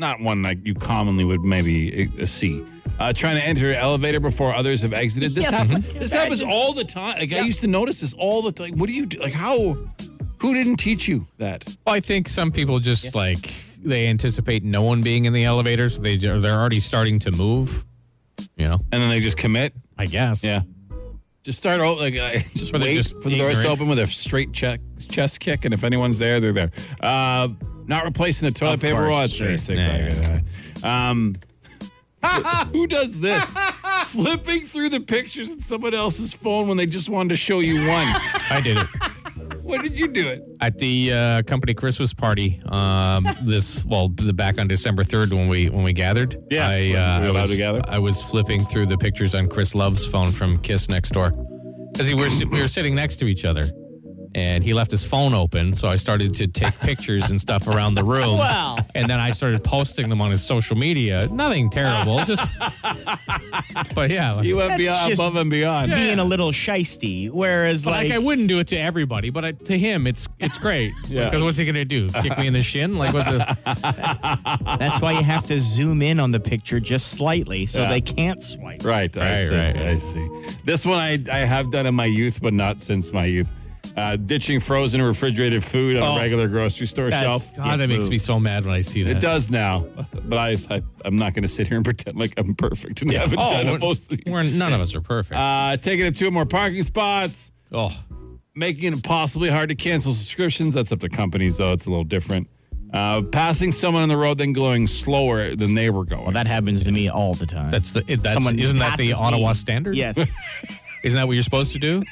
[SPEAKER 2] not one like you commonly would maybe uh, see. Uh, trying to enter an elevator before others have exited. This
[SPEAKER 4] Yeah,
[SPEAKER 2] happens.
[SPEAKER 4] mhm.
[SPEAKER 2] This happens
[SPEAKER 4] Imagine.
[SPEAKER 2] all the time. Like I
[SPEAKER 4] Yeah.
[SPEAKER 2] used to notice this all the time. What do you do? Like how? Who didn't teach you that?
[SPEAKER 3] Well, I think some people just like they anticipate no one being in the elevator, so they ju- they're already starting to move. You know,
[SPEAKER 2] And then they just commit.
[SPEAKER 3] I guess.
[SPEAKER 2] Yeah. Just start out like uh, just
[SPEAKER 3] Or they're
[SPEAKER 2] wait
[SPEAKER 3] just
[SPEAKER 2] for the doors to
[SPEAKER 3] ignorant.
[SPEAKER 2] open with a straight check, chest kick, and if anyone's there, they're there. Uh, not replacing the toilet
[SPEAKER 4] Of
[SPEAKER 2] paper
[SPEAKER 4] course,
[SPEAKER 2] roll. It's
[SPEAKER 4] sure.
[SPEAKER 2] basic,
[SPEAKER 3] Yeah,
[SPEAKER 2] like,
[SPEAKER 3] yeah,
[SPEAKER 2] uh, Um, who does this? Flipping through the pictures in someone else's phone when they just wanted to show you one.
[SPEAKER 3] I did it
[SPEAKER 2] what did you do it?
[SPEAKER 3] at the uh, company Christmas party. Um, this well, the back on December third when we when we gathered.
[SPEAKER 2] Yes,
[SPEAKER 3] I, uh,
[SPEAKER 2] when we were
[SPEAKER 3] I
[SPEAKER 2] allowed
[SPEAKER 3] was,
[SPEAKER 2] to gather.
[SPEAKER 3] I was flipping through the pictures on Chris Love's phone from Kiss Next Door because we were sit- we were sitting next to each other. And he left his phone open, so I started to take pictures and stuff around the room.
[SPEAKER 4] Wow.
[SPEAKER 3] And then I started posting them on his social media. Nothing terrible, just. But yeah, like,
[SPEAKER 2] You went
[SPEAKER 4] That's
[SPEAKER 2] beyond,
[SPEAKER 4] just-
[SPEAKER 2] above and beyond.
[SPEAKER 4] Being a little shisty, whereas
[SPEAKER 3] but like,
[SPEAKER 4] like,
[SPEAKER 3] I wouldn't do it to everybody. But I, to him, it's it's great.
[SPEAKER 2] Yeah.
[SPEAKER 3] Because what's he gonna do? Kick me in the shin? Like what the?
[SPEAKER 4] that's why you have to zoom in on the picture just slightly so
[SPEAKER 2] Yeah.
[SPEAKER 4] they can't swipe.
[SPEAKER 2] Right, I
[SPEAKER 3] Right,
[SPEAKER 2] see,
[SPEAKER 3] right.
[SPEAKER 2] I see. This one I, I have done in my youth, but not since my youth. Uh, ditching frozen and refrigerated food on
[SPEAKER 3] Oh.
[SPEAKER 2] a regular grocery store
[SPEAKER 4] That's-
[SPEAKER 2] shelf.
[SPEAKER 3] God, that makes me so mad when I see that.
[SPEAKER 2] It does now, but I, I I'm not going to sit here and pretend like I'm perfect and haven't
[SPEAKER 3] Oh,
[SPEAKER 2] done
[SPEAKER 3] we're,
[SPEAKER 2] it most of these.
[SPEAKER 3] we're- none of us are perfect.
[SPEAKER 2] Uh, taking up two more parking spots,
[SPEAKER 3] oh,
[SPEAKER 2] making it impossibly hard to cancel subscriptions. That's up to companies, though. It's a little different. Uh, passing someone on the road, then going slower than they were going.
[SPEAKER 4] Well, that happens to me all the time.
[SPEAKER 3] that's the. It, that's
[SPEAKER 4] Someone
[SPEAKER 3] isn't that
[SPEAKER 4] passes
[SPEAKER 3] the
[SPEAKER 4] me.
[SPEAKER 3] Ottawa standard?
[SPEAKER 4] Yes.
[SPEAKER 3] Isn't that what you're supposed to do?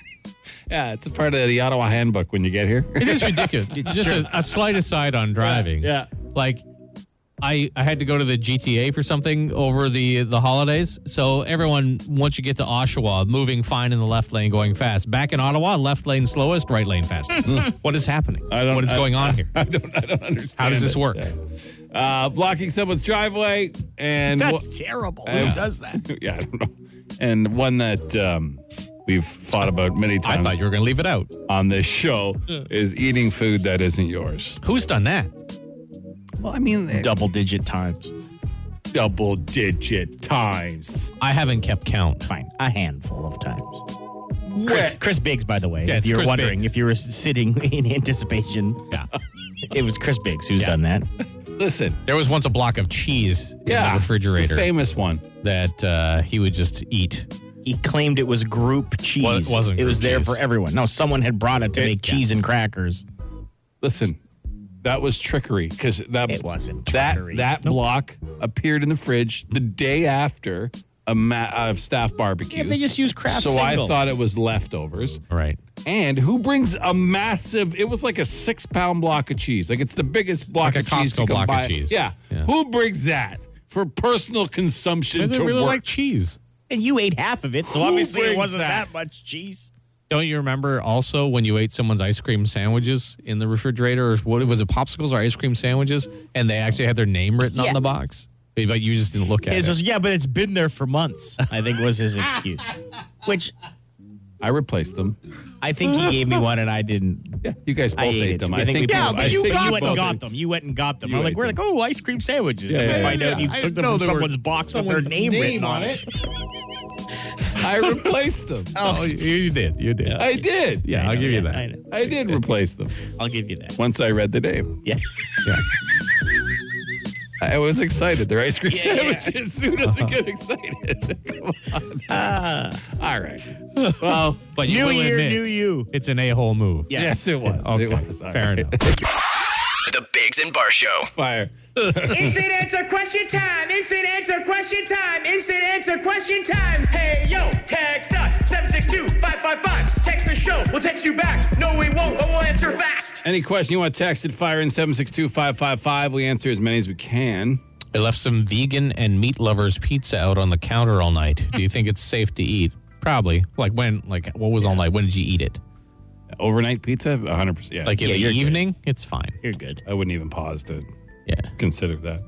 [SPEAKER 2] yeah, it's a part of the Ottawa handbook when you get here.
[SPEAKER 3] It is ridiculous. it's just a, a slight aside on driving.
[SPEAKER 2] yeah.
[SPEAKER 3] Like, I I had to go to the GTA for something over the the holidays. So everyone, once you get to Oshawa, moving fine in the left lane, going fast. Back in Ottawa, left lane slowest, right lane fastest. what is happening?
[SPEAKER 2] I don't-
[SPEAKER 3] what is
[SPEAKER 2] I-
[SPEAKER 3] going on here?
[SPEAKER 2] I don't, I don't understand.
[SPEAKER 3] How does this
[SPEAKER 2] it.
[SPEAKER 3] work?
[SPEAKER 2] Uh, blocking someone's driveway and
[SPEAKER 4] That's
[SPEAKER 2] wha-
[SPEAKER 4] terrible.
[SPEAKER 2] Yeah.
[SPEAKER 4] Who does that?
[SPEAKER 2] yeah, I don't know. And one that um, we've fought about many times.
[SPEAKER 3] I thought you were going to leave it out.
[SPEAKER 2] on this show is eating food that isn't yours.
[SPEAKER 3] Who's done that?
[SPEAKER 2] Well, I mean,
[SPEAKER 4] Double digit times.
[SPEAKER 2] double digit times.
[SPEAKER 3] I haven't kept count.
[SPEAKER 4] Fine. A handful of times. Chris, Chris Biggs, by the way,
[SPEAKER 3] Yeah,
[SPEAKER 4] if
[SPEAKER 3] it's
[SPEAKER 4] you're
[SPEAKER 3] Chris
[SPEAKER 4] wondering,
[SPEAKER 3] Biggs.
[SPEAKER 4] if you were sitting in anticipation,
[SPEAKER 3] Yeah.
[SPEAKER 4] it was Chris Biggs who's done that.
[SPEAKER 2] Listen,
[SPEAKER 3] There was once a block of cheese in
[SPEAKER 2] yeah,
[SPEAKER 3] the refrigerator
[SPEAKER 2] the famous one.
[SPEAKER 3] that uh, he would just eat.
[SPEAKER 4] He claimed it was group cheese.
[SPEAKER 3] Well, it wasn't
[SPEAKER 4] It
[SPEAKER 3] group
[SPEAKER 4] was there
[SPEAKER 3] cheese.
[SPEAKER 4] for everyone. No, someone had brought it to
[SPEAKER 2] It-
[SPEAKER 4] make
[SPEAKER 2] yeah.
[SPEAKER 4] cheese and crackers.
[SPEAKER 2] Listen, that was trickery because that
[SPEAKER 4] It wasn't
[SPEAKER 2] that
[SPEAKER 4] trickery.
[SPEAKER 2] that block appeared in the fridge the day after a ma- uh, staff barbecue.
[SPEAKER 4] Yeah, they just used Kraft
[SPEAKER 2] so I
[SPEAKER 4] singles.
[SPEAKER 2] thought it was leftovers.
[SPEAKER 3] Right.
[SPEAKER 2] And who brings a massive? It was like a six-pound block of cheese. Like it's the biggest block
[SPEAKER 3] Like a
[SPEAKER 2] of cheese.
[SPEAKER 3] Costco
[SPEAKER 2] you can
[SPEAKER 3] block of
[SPEAKER 2] buy.
[SPEAKER 3] cheese.
[SPEAKER 2] Yeah.
[SPEAKER 3] Yeah.
[SPEAKER 2] Who brings that for personal consumption
[SPEAKER 3] they
[SPEAKER 2] to
[SPEAKER 3] really
[SPEAKER 2] work?
[SPEAKER 3] like cheese.
[SPEAKER 4] And you ate half of it, so
[SPEAKER 2] Who
[SPEAKER 4] obviously
[SPEAKER 2] brings
[SPEAKER 4] it wasn't
[SPEAKER 2] that?
[SPEAKER 4] that? much cheese.
[SPEAKER 3] Don't you remember also when you ate someone's ice cream sandwiches in the refrigerator or what was it popsicles or ice cream sandwiches and they actually had their name written
[SPEAKER 4] Yeah.
[SPEAKER 3] on the box? But you just didn't look at
[SPEAKER 4] It's
[SPEAKER 3] it.
[SPEAKER 4] just, yeah, but it's been there for months, I think was his excuse. Which
[SPEAKER 2] I replaced them.
[SPEAKER 4] I think he gave me one and I didn't.
[SPEAKER 2] Yeah, you guys both
[SPEAKER 4] I
[SPEAKER 2] ate,
[SPEAKER 4] ate it.
[SPEAKER 2] them.
[SPEAKER 4] I think, we
[SPEAKER 2] both-
[SPEAKER 4] both-
[SPEAKER 2] I
[SPEAKER 4] you,
[SPEAKER 2] think
[SPEAKER 4] went
[SPEAKER 2] both
[SPEAKER 4] and got
[SPEAKER 2] ate-
[SPEAKER 4] them. You went and got them.
[SPEAKER 2] You
[SPEAKER 4] I'm
[SPEAKER 2] ate
[SPEAKER 4] like, we're
[SPEAKER 2] them.
[SPEAKER 4] like, oh, ice cream sandwiches.
[SPEAKER 2] Yeah,
[SPEAKER 4] and we
[SPEAKER 2] yeah,
[SPEAKER 4] find
[SPEAKER 3] yeah.
[SPEAKER 4] out you
[SPEAKER 3] I
[SPEAKER 4] took
[SPEAKER 3] didn't
[SPEAKER 4] them
[SPEAKER 3] know
[SPEAKER 4] from
[SPEAKER 3] they were
[SPEAKER 4] someone's box with their
[SPEAKER 3] someone's
[SPEAKER 4] name,
[SPEAKER 3] name
[SPEAKER 4] written
[SPEAKER 3] on
[SPEAKER 4] on it.
[SPEAKER 2] I replaced them.
[SPEAKER 3] oh, you, you did. You did.
[SPEAKER 2] I did.
[SPEAKER 3] yeah,
[SPEAKER 4] I
[SPEAKER 3] I'll
[SPEAKER 4] know,
[SPEAKER 3] give you
[SPEAKER 4] yeah,
[SPEAKER 3] that.
[SPEAKER 4] I know.
[SPEAKER 2] I did replace them
[SPEAKER 4] I'll give you that.
[SPEAKER 2] once I read the name.
[SPEAKER 4] Yeah.
[SPEAKER 2] I was excited. They're ice cream
[SPEAKER 4] Yeah, yeah.
[SPEAKER 2] sandwiches. Who doesn't get excited? Come on. All right. Well,
[SPEAKER 3] But you
[SPEAKER 4] New
[SPEAKER 3] will
[SPEAKER 4] year,
[SPEAKER 3] admit
[SPEAKER 4] new you.
[SPEAKER 3] it's an a-hole move.
[SPEAKER 4] Yeah.
[SPEAKER 2] yes, it was.
[SPEAKER 3] Okay.
[SPEAKER 2] It was. All
[SPEAKER 3] Fair
[SPEAKER 2] right.
[SPEAKER 3] enough.
[SPEAKER 1] The Bigs and Bar Show.
[SPEAKER 2] Fire.
[SPEAKER 8] Instant answer question time. Instant answer question time. Instant answer question time. Hey yo, text us 762 762-555. Text the show. We'll text you back. No, we won't, but we'll answer fast.
[SPEAKER 2] Any question you want texted, fire in 762 555. We answer as many as we can.
[SPEAKER 3] I left some vegan and meat lovers pizza out on the counter all night. Do you think it's safe to eat? Probably. Like when? Like what was all night? When did you eat it?
[SPEAKER 2] Overnight pizza, 100%. Yeah.
[SPEAKER 3] Like in
[SPEAKER 4] Yeah,
[SPEAKER 3] the
[SPEAKER 4] you're good.
[SPEAKER 3] evening? It's fine.
[SPEAKER 4] You're good.
[SPEAKER 2] I wouldn't even pause to
[SPEAKER 3] Yeah.
[SPEAKER 2] consider that.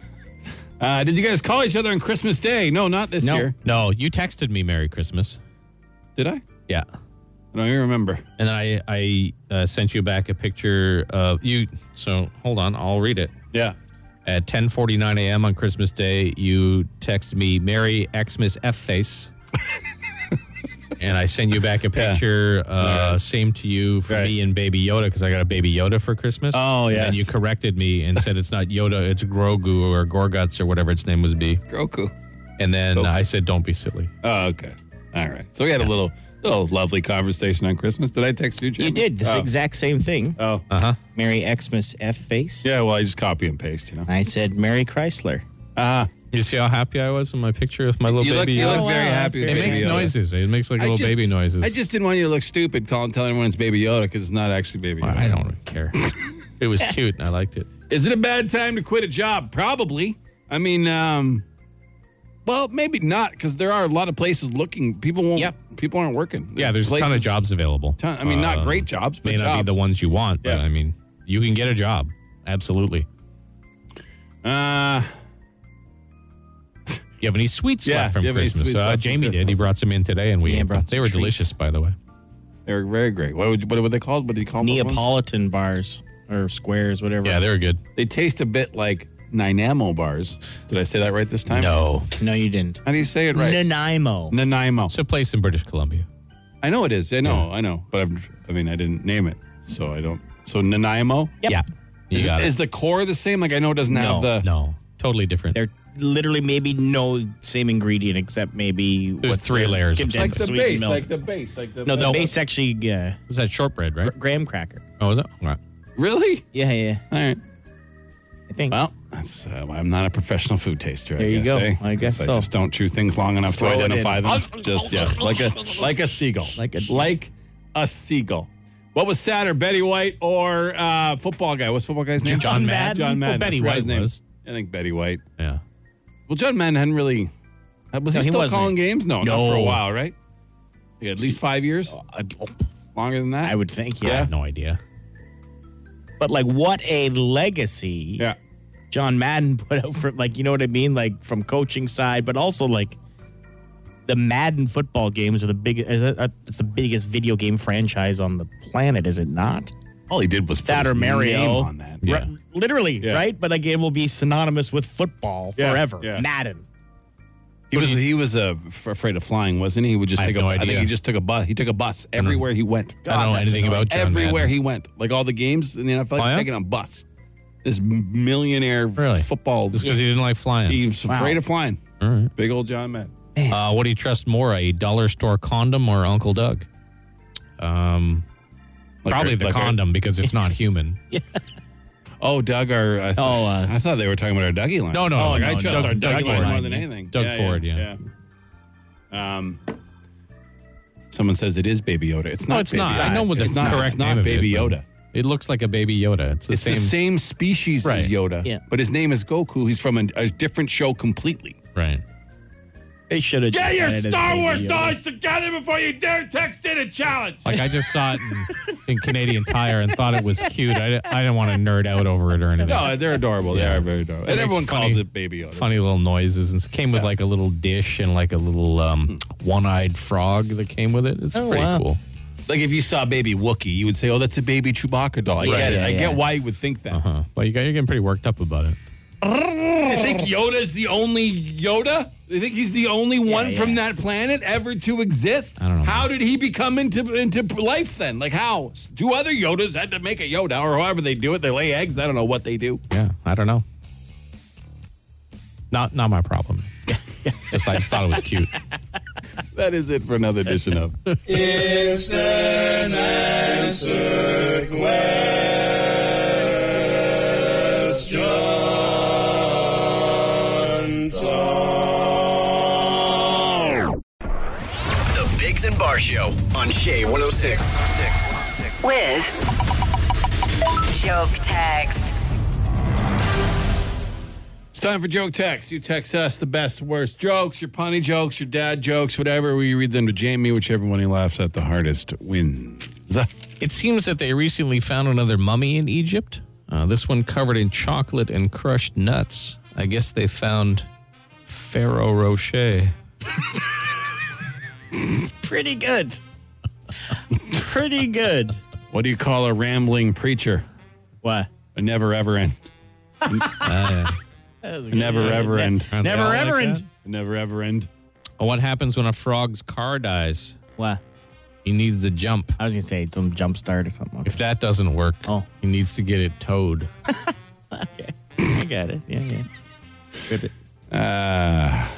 [SPEAKER 2] uh, did you guys call each other on Christmas Day? No, not this
[SPEAKER 4] No.
[SPEAKER 2] year.
[SPEAKER 3] No, you texted me Merry Christmas.
[SPEAKER 2] Did I? I
[SPEAKER 3] Yeah.
[SPEAKER 2] don't even remember.
[SPEAKER 3] And I I uh, sent you back a picture of you. So hold on, I'll read it.
[SPEAKER 2] Yeah.
[SPEAKER 3] At 10:49 a.m. on Christmas Day, you text me "Merry Xmas F face," and I send you back a picture. Uh, Same to you for
[SPEAKER 2] Right.
[SPEAKER 3] me and Baby Yoda because I got a Baby Yoda for Christmas.
[SPEAKER 2] Oh,
[SPEAKER 3] yeah.
[SPEAKER 2] yes.
[SPEAKER 3] And you corrected me and said it's not Yoda, it's Grogu or Gorguts or whatever its name was be.
[SPEAKER 2] Groku.
[SPEAKER 3] And then I said, "Don't be silly."
[SPEAKER 2] Oh, okay. All right. So we had a little little lovely conversation on Christmas. Did I text you, Jim?
[SPEAKER 4] You did this
[SPEAKER 2] Oh.
[SPEAKER 4] exact same thing.
[SPEAKER 2] oh.
[SPEAKER 4] Merry Xmas F face.
[SPEAKER 2] Yeah, well, I just copy and paste, you know.
[SPEAKER 4] I said Merry Chrysler.
[SPEAKER 3] You see how happy I was in my picture with my little
[SPEAKER 2] You look,
[SPEAKER 3] Oh, baby
[SPEAKER 2] you
[SPEAKER 3] Yoda.
[SPEAKER 2] look very happy. with
[SPEAKER 3] it
[SPEAKER 2] Baby
[SPEAKER 3] makes
[SPEAKER 2] Yoda.
[SPEAKER 3] noises. It makes like little
[SPEAKER 2] just-
[SPEAKER 3] baby noises.
[SPEAKER 2] I just didn't want you to look stupid calling telling everyone it's Baby Yoda because it's not actually Baby Yoda.
[SPEAKER 3] I don't care. it was cute and I liked it.
[SPEAKER 2] Is it a bad time to quit a job? Probably. I mean, um, well, maybe not because there are a lot of places looking. People won't.
[SPEAKER 4] Yep.
[SPEAKER 2] People aren't working.
[SPEAKER 3] Yeah, there's a ton of
[SPEAKER 2] places-
[SPEAKER 3] jobs available.
[SPEAKER 2] Ton, I mean, not
[SPEAKER 3] Um,
[SPEAKER 2] great jobs, but
[SPEAKER 3] May not
[SPEAKER 2] jobs.
[SPEAKER 3] be the ones you want, but
[SPEAKER 2] Yeah.
[SPEAKER 3] I mean, you can get a job. Absolutely.
[SPEAKER 2] Uh,
[SPEAKER 3] You have any sweets
[SPEAKER 2] Yeah,
[SPEAKER 3] left from
[SPEAKER 2] you have any
[SPEAKER 3] Christmas?
[SPEAKER 2] sweets
[SPEAKER 3] Uh,
[SPEAKER 2] left from
[SPEAKER 3] Jamie did. He
[SPEAKER 2] Christmas.
[SPEAKER 3] brought some in today, and we
[SPEAKER 4] Yeah,
[SPEAKER 3] ate
[SPEAKER 4] brought
[SPEAKER 3] them. They
[SPEAKER 4] some
[SPEAKER 3] were
[SPEAKER 4] treats.
[SPEAKER 3] delicious, by the way.
[SPEAKER 2] they were very great. What would what were they called? What did you call them?
[SPEAKER 4] Neapolitan bars or squares, whatever.
[SPEAKER 3] Yeah, they were good.
[SPEAKER 2] They taste a bit like Nanaimo bars. Did I say that right this time?
[SPEAKER 3] No,
[SPEAKER 4] no, you didn't.
[SPEAKER 2] How do you say it right?
[SPEAKER 4] Nanaimo.
[SPEAKER 2] Nanaimo.
[SPEAKER 3] it's a place in British Columbia.
[SPEAKER 2] I know it is. I know. I know. But I'm, I mean, I didn't name it, so I don't. So Nanaimo.
[SPEAKER 4] Yep.
[SPEAKER 3] Yeah, you
[SPEAKER 2] Is,
[SPEAKER 3] got
[SPEAKER 2] is the core the same? Like I know it doesn't have the.
[SPEAKER 3] it. No, totally different.
[SPEAKER 4] They're literally maybe no same ingredient except maybe
[SPEAKER 3] There's
[SPEAKER 4] what's
[SPEAKER 3] three
[SPEAKER 4] the-
[SPEAKER 3] layers of
[SPEAKER 4] condensed
[SPEAKER 2] like the
[SPEAKER 4] sweetened
[SPEAKER 2] base,
[SPEAKER 4] milk.
[SPEAKER 2] like the base, like the
[SPEAKER 4] no, the base actually uh,
[SPEAKER 3] was that shortbread, right?
[SPEAKER 4] graham cracker.
[SPEAKER 3] Oh, was it? All right.
[SPEAKER 2] Really?
[SPEAKER 4] Yeah, yeah.
[SPEAKER 2] All right.
[SPEAKER 4] I think.
[SPEAKER 2] Well, that's uh, I'm not a professional food taster.
[SPEAKER 4] There
[SPEAKER 2] I
[SPEAKER 4] you
[SPEAKER 2] guess,
[SPEAKER 4] go.
[SPEAKER 2] eh?
[SPEAKER 4] I guess
[SPEAKER 2] I
[SPEAKER 4] so.
[SPEAKER 2] just don't chew things long enough
[SPEAKER 4] Throw it
[SPEAKER 2] to
[SPEAKER 4] in.
[SPEAKER 2] identify them. Just yeah, like a like a seagull,
[SPEAKER 4] Like a-
[SPEAKER 2] like a seagull. What was sadder, Betty White or uh, football guy? What's football guy's name?
[SPEAKER 3] John Madden.
[SPEAKER 2] John
[SPEAKER 3] Well,
[SPEAKER 2] Madden.
[SPEAKER 3] Betty
[SPEAKER 2] I forgot
[SPEAKER 3] White
[SPEAKER 2] his name.
[SPEAKER 3] was.
[SPEAKER 2] I think Betty White.
[SPEAKER 3] Yeah.
[SPEAKER 2] Well, John Madden hadn't really. uh, Was
[SPEAKER 4] No,
[SPEAKER 2] he
[SPEAKER 4] he
[SPEAKER 2] still
[SPEAKER 4] wasn't.
[SPEAKER 2] calling games? No, Uh, not for a
[SPEAKER 4] No.
[SPEAKER 2] while, right? Like, at least five years,
[SPEAKER 4] I,
[SPEAKER 2] longer than that.
[SPEAKER 4] I would think,
[SPEAKER 3] I
[SPEAKER 4] yeah.
[SPEAKER 3] have no idea.
[SPEAKER 4] But like, what a legacy
[SPEAKER 2] Yeah.
[SPEAKER 4] John Madden put out for like, you know what I mean, like from coaching side, but also like the Madden football games are the biggest. uh, It's the biggest video game franchise on the planet, is it not?
[SPEAKER 2] All he did was put
[SPEAKER 4] That or
[SPEAKER 2] his
[SPEAKER 4] Mario.
[SPEAKER 2] name on that.
[SPEAKER 3] Yeah.
[SPEAKER 4] Ri- literally,
[SPEAKER 2] Yeah.
[SPEAKER 4] right? But like, it will be synonymous with football
[SPEAKER 2] Yeah,
[SPEAKER 4] forever.
[SPEAKER 2] yeah.
[SPEAKER 4] Madden.
[SPEAKER 2] He was he was uh, f- afraid of flying, wasn't he? He would just
[SPEAKER 3] I
[SPEAKER 2] take
[SPEAKER 3] have no
[SPEAKER 2] a, I
[SPEAKER 3] idea.
[SPEAKER 2] think he just took a bus. He took a bus everywhere he went.
[SPEAKER 3] I don't know
[SPEAKER 4] that's
[SPEAKER 3] anything about John
[SPEAKER 2] everywhere
[SPEAKER 3] Madden.
[SPEAKER 2] he went, like all the games in the NFL,
[SPEAKER 3] Oh,
[SPEAKER 2] he
[SPEAKER 3] yeah?
[SPEAKER 2] was taking a bus. This m- millionaire
[SPEAKER 3] Really?
[SPEAKER 2] football.
[SPEAKER 3] Just because he didn't like flying.
[SPEAKER 2] he was
[SPEAKER 4] Wow.
[SPEAKER 2] afraid of flying. Big old John Madden.
[SPEAKER 3] Uh, what do you trust more, a dollar store condom or Uncle Doug? Um,
[SPEAKER 2] Like
[SPEAKER 3] probably
[SPEAKER 2] our-
[SPEAKER 3] the
[SPEAKER 2] like our-
[SPEAKER 3] condom because it's not human.
[SPEAKER 2] oh, Doug, our. I thought,
[SPEAKER 4] Oh, uh,
[SPEAKER 2] I thought they were talking about our Dougie line.
[SPEAKER 3] No, no, no,
[SPEAKER 2] like,
[SPEAKER 3] no,
[SPEAKER 2] I
[SPEAKER 3] Oh, no,
[SPEAKER 2] trust
[SPEAKER 3] Doug-
[SPEAKER 2] our
[SPEAKER 3] Doug
[SPEAKER 2] Dougie line
[SPEAKER 3] Ford.
[SPEAKER 2] more than anything.
[SPEAKER 3] Doug Ford, yeah.
[SPEAKER 2] yeah. Um, someone says it is Baby Yoda. It's not.
[SPEAKER 3] no, it's
[SPEAKER 2] Baby
[SPEAKER 3] not.
[SPEAKER 2] Yoda.
[SPEAKER 3] I know what the
[SPEAKER 2] it's not,
[SPEAKER 3] correct
[SPEAKER 2] It's not
[SPEAKER 3] name of
[SPEAKER 2] Baby
[SPEAKER 3] it, but
[SPEAKER 2] Yoda.
[SPEAKER 3] It looks like a baby Yoda. It's the
[SPEAKER 2] It's
[SPEAKER 3] same.
[SPEAKER 2] the same species
[SPEAKER 3] Right.
[SPEAKER 2] as Yoda,
[SPEAKER 4] Yeah.
[SPEAKER 2] but his name is Goku. He's from a, a different show completely.
[SPEAKER 3] Right.
[SPEAKER 4] They should have. just had it as Baby Yoda.
[SPEAKER 2] together before you dare text in a challenge.
[SPEAKER 3] Like I just saw it in, in Canadian Tire and thought it was cute. I, di- I didn't want to nerd out over it or anything.
[SPEAKER 2] No, they're adorable. They are very adorable. And
[SPEAKER 3] makes
[SPEAKER 2] everyone
[SPEAKER 3] funny-
[SPEAKER 2] calls it Baby Yoda.
[SPEAKER 3] Funny little noises and it came with like a little dish and like a little um, one-eyed frog that came with it. It's
[SPEAKER 4] Oh,
[SPEAKER 3] pretty
[SPEAKER 4] wow.
[SPEAKER 3] cool.
[SPEAKER 2] Like if you saw Baby Wookiee, you would say, "Oh, that's a baby Chewbacca doll." I
[SPEAKER 4] Right.
[SPEAKER 2] get it.
[SPEAKER 4] Yeah,
[SPEAKER 2] I
[SPEAKER 4] yeah.
[SPEAKER 2] get why you would think that.
[SPEAKER 3] Huh. Well, you got, you're getting pretty worked up about it.
[SPEAKER 2] They think Yoda's the only Yoda? They think he's the only one
[SPEAKER 4] yeah.
[SPEAKER 2] from that planet ever to exist?
[SPEAKER 3] I don't know.
[SPEAKER 2] How did he become into into life then? Like how? Two other Yodas had to make a Yoda, or however they do it. They lay eggs. I don't know what they do.
[SPEAKER 3] Yeah, I don't know. Not not my problem. just I just thought it was cute.
[SPEAKER 2] That is it for another edition of.
[SPEAKER 1] The Big Biggs and Bar Show on oh Shea 106.
[SPEAKER 9] with joke text.
[SPEAKER 2] It's time for joke text. You text us the best, worst jokes, your punny jokes, your dad jokes, whatever. We read them to Jamie, whichever one he laughs at the hardest wins.
[SPEAKER 3] It seems that they recently found another mummy in Egypt. Uh, this one covered in chocolate and crushed nuts. I guess they found Pharaoh Rocher.
[SPEAKER 4] Pretty good. Pretty good.
[SPEAKER 2] What do you call a rambling preacher?
[SPEAKER 4] What?
[SPEAKER 2] A never ever end. A never ever end.
[SPEAKER 3] Aren't they
[SPEAKER 4] Never
[SPEAKER 3] all like
[SPEAKER 4] ever end.
[SPEAKER 3] that?
[SPEAKER 2] A never ever end.
[SPEAKER 3] Uh, What happens when a frog's car dies?
[SPEAKER 4] What?
[SPEAKER 3] He needs a jump.
[SPEAKER 4] I was gonna say some jump start or something.
[SPEAKER 3] If that doesn't work,
[SPEAKER 4] Oh.
[SPEAKER 3] he needs to get it towed.
[SPEAKER 4] Okay. I got it. Yeah, yeah. Rip it.
[SPEAKER 2] Uh,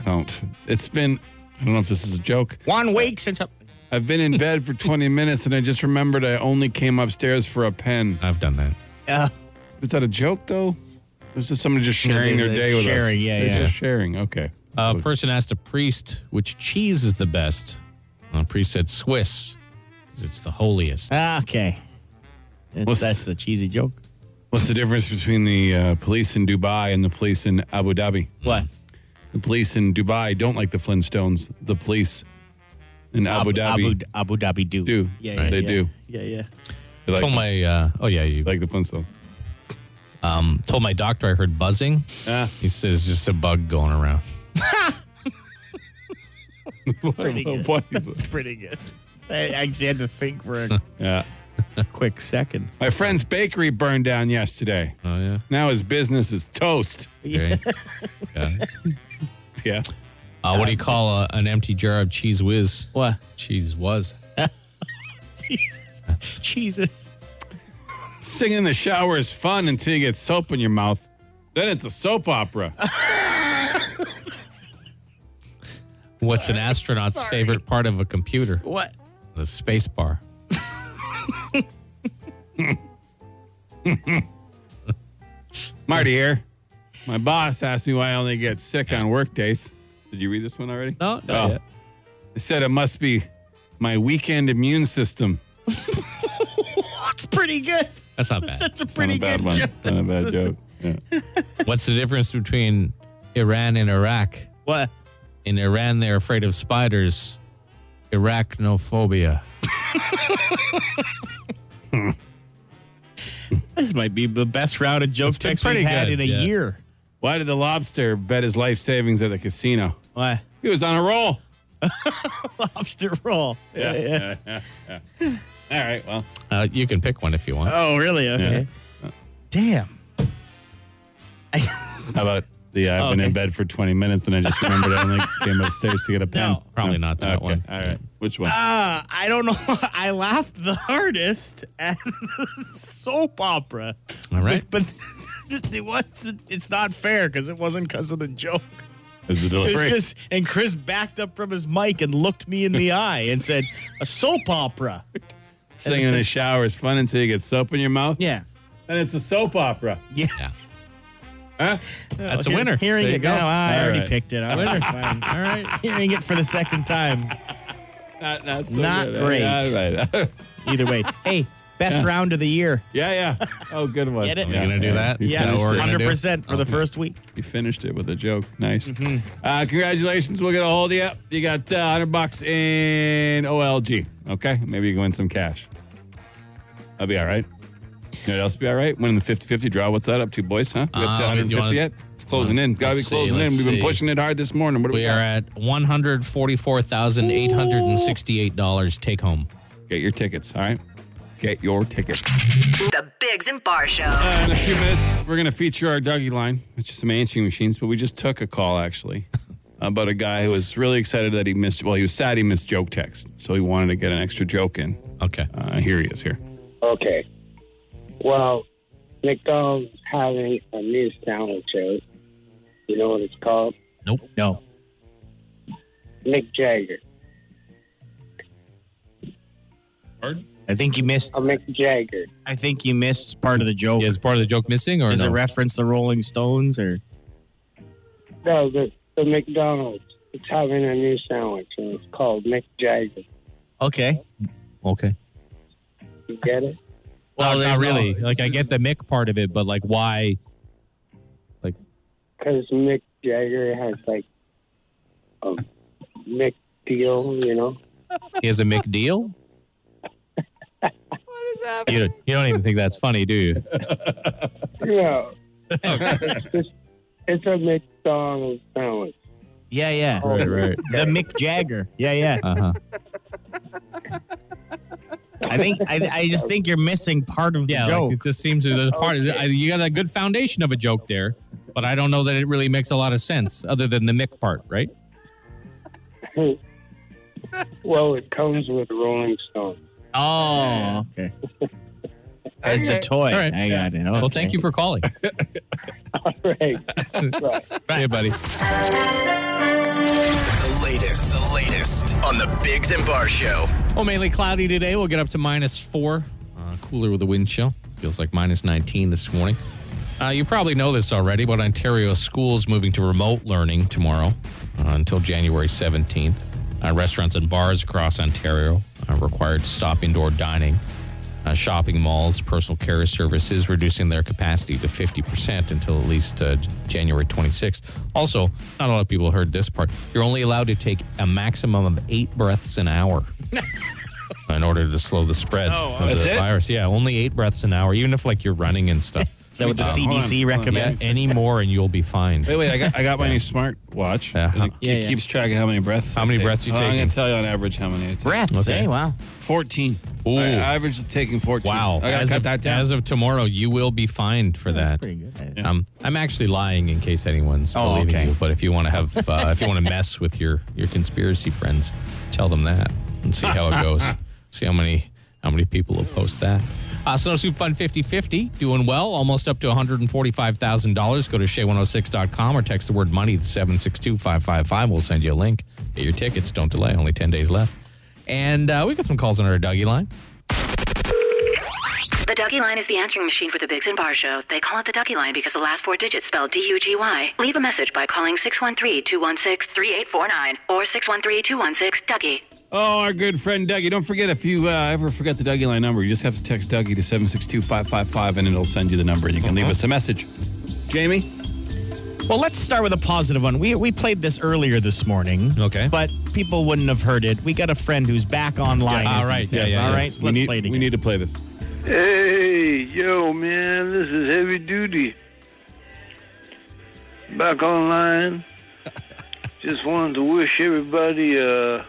[SPEAKER 2] I don't. It's been, I don't know if this is a joke.
[SPEAKER 4] One week since I-
[SPEAKER 2] I've been in bed for 20 minutes and I just remembered I only came upstairs for a pen.
[SPEAKER 3] I've done that.
[SPEAKER 4] uh,
[SPEAKER 2] Is that a joke though? It was just somebody just
[SPEAKER 4] Yeah,
[SPEAKER 2] sharing
[SPEAKER 4] they-
[SPEAKER 2] their
[SPEAKER 4] they-
[SPEAKER 2] day with us.
[SPEAKER 4] sharing, yeah,
[SPEAKER 2] They're
[SPEAKER 4] yeah.
[SPEAKER 2] Just sharing. Okay.
[SPEAKER 3] A person asked a priest which cheese is the best. Uh, The priest said Swiss, 'cause it's the holiest.
[SPEAKER 4] ah, okay.
[SPEAKER 2] What's-
[SPEAKER 4] that's a cheesy joke.
[SPEAKER 2] What's the difference between the uh, police in Dubai and the police in Abu Dhabi?
[SPEAKER 4] What?
[SPEAKER 2] The police in Dubai don't like the Flintstones. The police in Abu, Dhabi
[SPEAKER 4] Abu, Abu Dhabi do.
[SPEAKER 2] do.
[SPEAKER 4] Yeah, yeah,
[SPEAKER 2] They
[SPEAKER 4] yeah.
[SPEAKER 2] do.
[SPEAKER 4] Yeah, yeah.
[SPEAKER 2] They like,
[SPEAKER 3] told my uh, oh yeah, you um,
[SPEAKER 2] they like the Flintstones.
[SPEAKER 3] told my doctor I heard buzzing.
[SPEAKER 2] Ah.
[SPEAKER 3] He says it's just a bug going around.
[SPEAKER 4] Pretty good.
[SPEAKER 2] What?
[SPEAKER 4] Pretty good. I actually had to think for a
[SPEAKER 2] yeah.
[SPEAKER 4] quick second.
[SPEAKER 2] My friend's bakery burned down yesterday.
[SPEAKER 3] Oh yeah.
[SPEAKER 2] Now his business is toast.
[SPEAKER 3] Okay. yeah.
[SPEAKER 2] Yeah.
[SPEAKER 3] Uh, what do you call a, an empty jar of cheese whiz?
[SPEAKER 4] What?
[SPEAKER 3] Cheese was.
[SPEAKER 4] Jesus. Jesus.
[SPEAKER 2] Singing in the shower is fun until you get soap in your mouth. Then it's a soap opera.
[SPEAKER 3] What's an astronaut's favorite part of a computer?
[SPEAKER 4] What?
[SPEAKER 3] The space bar.
[SPEAKER 2] Marty here. My boss asked me why I only get sick on work days. Did you read this one already?
[SPEAKER 3] No, not
[SPEAKER 2] Oh.
[SPEAKER 3] yet.
[SPEAKER 2] They said it must be my weekend immune system.
[SPEAKER 4] That's pretty good.
[SPEAKER 3] That's not bad.
[SPEAKER 4] That's a
[SPEAKER 2] Not
[SPEAKER 4] pretty
[SPEAKER 2] a bad
[SPEAKER 4] good
[SPEAKER 2] one.
[SPEAKER 4] joke.
[SPEAKER 2] Not a bad joke. Yeah.
[SPEAKER 3] What's the difference between Iran and Iraq?
[SPEAKER 4] What?
[SPEAKER 3] In Iran, they're afraid of spiders. Arachnophobia.
[SPEAKER 4] This might be the best round of joke
[SPEAKER 3] been
[SPEAKER 4] text we've
[SPEAKER 3] pretty
[SPEAKER 4] had
[SPEAKER 3] good,
[SPEAKER 4] in a
[SPEAKER 3] yeah.
[SPEAKER 4] year.
[SPEAKER 2] Why did the lobster bet his life savings at the casino?
[SPEAKER 4] What?
[SPEAKER 2] He was on a roll.
[SPEAKER 4] Lobster roll. Yeah. yeah.
[SPEAKER 2] All right. Well,
[SPEAKER 3] Uh, you can pick one if you want.
[SPEAKER 4] Oh, really? Okay. Damn.
[SPEAKER 2] how about the uh,
[SPEAKER 3] Oh,
[SPEAKER 2] I've been in bed for 20 minutes and I just remembered I only came upstairs to get a pen?
[SPEAKER 4] No,
[SPEAKER 3] probably not that
[SPEAKER 2] okay.
[SPEAKER 3] one. Ah.
[SPEAKER 2] All right. Which one?
[SPEAKER 4] Uh, I don't know. I laughed the hardest at the soap opera,
[SPEAKER 3] All right.
[SPEAKER 4] but it was it's not fair because it wasn't because of the joke.
[SPEAKER 2] Is the
[SPEAKER 4] It was
[SPEAKER 2] delivery?
[SPEAKER 4] 'cause- and Chris backed up from his mic and looked me in the eye and said, "A soap opera."
[SPEAKER 2] Singing in the shower is fun until you get soap in your mouth.
[SPEAKER 4] Yeah.
[SPEAKER 2] And it's a soap opera.
[SPEAKER 3] Yeah.
[SPEAKER 2] Huh?
[SPEAKER 3] Oh, That's a winner.
[SPEAKER 4] Hearing
[SPEAKER 3] There you
[SPEAKER 4] it
[SPEAKER 3] go.
[SPEAKER 4] now, I
[SPEAKER 2] All
[SPEAKER 4] already
[SPEAKER 2] right.
[SPEAKER 4] picked it. I winner. All right. Hearing it for the second time.
[SPEAKER 2] Not, not, so
[SPEAKER 4] Not
[SPEAKER 2] good.
[SPEAKER 4] great.
[SPEAKER 2] All right.
[SPEAKER 4] Either way, hey, best round of the year.
[SPEAKER 2] yeah, yeah. Oh, good one.
[SPEAKER 4] Get it?
[SPEAKER 2] Yeah,
[SPEAKER 4] We're
[SPEAKER 3] gonna do that?
[SPEAKER 2] You
[SPEAKER 3] Yeah.
[SPEAKER 2] finished
[SPEAKER 3] Or-
[SPEAKER 2] it.
[SPEAKER 3] gonna
[SPEAKER 4] Hundred
[SPEAKER 3] do?
[SPEAKER 4] percent for the first week.
[SPEAKER 2] You finished it with a joke. Nice. Uh, congratulations. We'll get a hold of you. You got uh, 100 bucks in OLG. Okay. Maybe you can win some cash. That'll be all right. You know what else will be all right? Winning the 50 50 draw. What's that up to, boys? Huh? We up to
[SPEAKER 3] Uh, you
[SPEAKER 2] 150
[SPEAKER 3] wanna-
[SPEAKER 2] yet? It's closing in. Got to be
[SPEAKER 3] Let's see,
[SPEAKER 2] closing in.
[SPEAKER 3] let's
[SPEAKER 2] We've been
[SPEAKER 3] see.
[SPEAKER 2] pushing it hard this morning. What do we,
[SPEAKER 3] We
[SPEAKER 2] got?
[SPEAKER 3] are at one hundred forty-four thousand eight hundred and sixty-eight dollars take home.
[SPEAKER 2] Get your tickets. All right. Get your tickets.
[SPEAKER 9] The Biggs and Bar Show.
[SPEAKER 2] Uh, in a few minutes, we're going to feature our Dougie line, which is some answering machines. But we just took a call actually about a guy who was really excited that he missed. Well, he was sad he missed joke text, so he wanted to get an extra joke in.
[SPEAKER 3] Okay.
[SPEAKER 2] Uh, here he is. Here.
[SPEAKER 7] Okay. Well, McDonald's having a new sandwich out. You know what it's called?
[SPEAKER 3] Nope.
[SPEAKER 4] No.
[SPEAKER 7] Mick Jagger.
[SPEAKER 4] I think you missed.
[SPEAKER 7] A Mick Jagger.
[SPEAKER 4] I think you missed part of the joke.
[SPEAKER 3] Is part of the joke missing or
[SPEAKER 4] Does
[SPEAKER 3] no?
[SPEAKER 4] it reference the Rolling Stones or?
[SPEAKER 7] No, the, the McDonald's. It's having a new sandwich, and it's called Mick Jagger.
[SPEAKER 4] Okay.
[SPEAKER 3] Okay.
[SPEAKER 7] You get it?
[SPEAKER 3] Well,
[SPEAKER 4] there's
[SPEAKER 3] not really.
[SPEAKER 4] no-
[SPEAKER 3] like I get the Mick part of it, but like why?
[SPEAKER 7] Because Mick Jagger has like a Mick deal, you know.
[SPEAKER 3] He has a Mick deal.
[SPEAKER 9] What is that?
[SPEAKER 3] You don't, you don't even think that's funny, do you?
[SPEAKER 7] Yeah. it's, just, it's a McDonald's sandwich.
[SPEAKER 4] Yeah, yeah.
[SPEAKER 3] Right, right.
[SPEAKER 4] The Mick Jagger. Yeah, yeah.
[SPEAKER 3] Uh huh.
[SPEAKER 4] I think I, I just think you're missing part of the
[SPEAKER 3] Yeah,
[SPEAKER 4] joke.
[SPEAKER 3] like, it just seems to the part. I- You got a good foundation of a joke there, but I don't know that it really makes a lot of sense other than the Mick part, right?
[SPEAKER 7] Well, it comes with Rolling Stone.
[SPEAKER 4] oh, okay. As the toy.
[SPEAKER 3] All right.
[SPEAKER 4] I got it.
[SPEAKER 3] Well,
[SPEAKER 4] Okay.
[SPEAKER 3] thank you for calling.
[SPEAKER 7] Right.
[SPEAKER 3] See you, buddy.
[SPEAKER 1] The latest, the latest on the Bigs and Bar Show.
[SPEAKER 3] Oh, mainly cloudy today. We'll get up to minus four. Uh, cooler with a wind chill. Feels like minus 19 this morning. Uh, you probably know this already, but Ontario schools moving to remote learning tomorrow uh, until January 17th. Uh, restaurants and bars across Ontario are required to stop indoor dining. Uh, shopping malls, personal care services reducing their capacity to 50% until at least uh, J- January 26th. Also, not a lot of people heard this part. You're only allowed to take a maximum of eight breaths an hour in order to slow the spread of
[SPEAKER 2] Oh, that's
[SPEAKER 3] the
[SPEAKER 2] it?
[SPEAKER 3] virus. Yeah, only eight breaths an hour, even if like you're running and stuff.
[SPEAKER 4] Is that what the
[SPEAKER 2] Uh, hold on,
[SPEAKER 4] CDC
[SPEAKER 2] hold on.
[SPEAKER 3] yeah,
[SPEAKER 4] recommends?
[SPEAKER 3] any more and you'll be fine.
[SPEAKER 2] Wait, wait. I got I got my new smart watch.
[SPEAKER 3] Uh-huh.
[SPEAKER 2] And it,
[SPEAKER 4] Yeah,
[SPEAKER 2] it
[SPEAKER 4] yeah.
[SPEAKER 2] keeps track of how many breaths.
[SPEAKER 3] How
[SPEAKER 2] I
[SPEAKER 3] many
[SPEAKER 2] take.
[SPEAKER 3] breaths you
[SPEAKER 2] Oh, I'm
[SPEAKER 3] taking?
[SPEAKER 2] gonna tell you on average how many. I take.
[SPEAKER 4] Breaths.
[SPEAKER 3] Okay.
[SPEAKER 4] Hey, wow.
[SPEAKER 2] Fourteen.
[SPEAKER 3] Ooh.
[SPEAKER 2] I average is taking fourteen.
[SPEAKER 3] Wow.
[SPEAKER 2] I gotta
[SPEAKER 3] as
[SPEAKER 2] cut
[SPEAKER 3] of,
[SPEAKER 2] that down.
[SPEAKER 3] As of tomorrow, you will be fined for that.
[SPEAKER 4] Pretty good.
[SPEAKER 3] Um, I'm actually lying in case anyone's
[SPEAKER 4] Oh,
[SPEAKER 3] believing
[SPEAKER 4] okay.
[SPEAKER 3] you. But if you want to have, uh, if you want to mess with your your conspiracy friends, tell them that and see how it goes. see how many how many people will post that. Uh, Snowsuit Fund 5050 doing well, almost up to $145,000. Go to shay106.com or text the word money to 762 555. We'll send you a link. Get your tickets. Don't delay. Only 10 days left. And uh, we got some calls on our Dougie line.
[SPEAKER 5] The Dougie line is the answering machine for the Biggs and Bar Show. They call it the Dougie line because the last four digits spell D-U-G-Y. Leave a message by calling 613-216-3849 or 613-216-DOUGIE.
[SPEAKER 2] Oh, our good friend Dougie. Don't forget if you uh, ever forget the Dougie line number, you just have to text Dougie to 762 555 and it'll send you the number and you can leave us a message. Jamie?
[SPEAKER 4] Well, let's start with a positive one. We we played this earlier this morning.
[SPEAKER 3] Okay.
[SPEAKER 4] But people wouldn't have heard it. We got a friend who's back online.
[SPEAKER 3] Yes.
[SPEAKER 4] as
[SPEAKER 3] All
[SPEAKER 4] he
[SPEAKER 3] right.
[SPEAKER 4] says.
[SPEAKER 3] Yeah, yeah,
[SPEAKER 4] All
[SPEAKER 3] yeah.
[SPEAKER 4] right.
[SPEAKER 2] we,
[SPEAKER 4] let's
[SPEAKER 2] need,
[SPEAKER 4] play it again.
[SPEAKER 2] we need to play this.
[SPEAKER 6] Hey, yo, man, this is Heavy Duty. Back online. Just wanted to wish everybody uh, a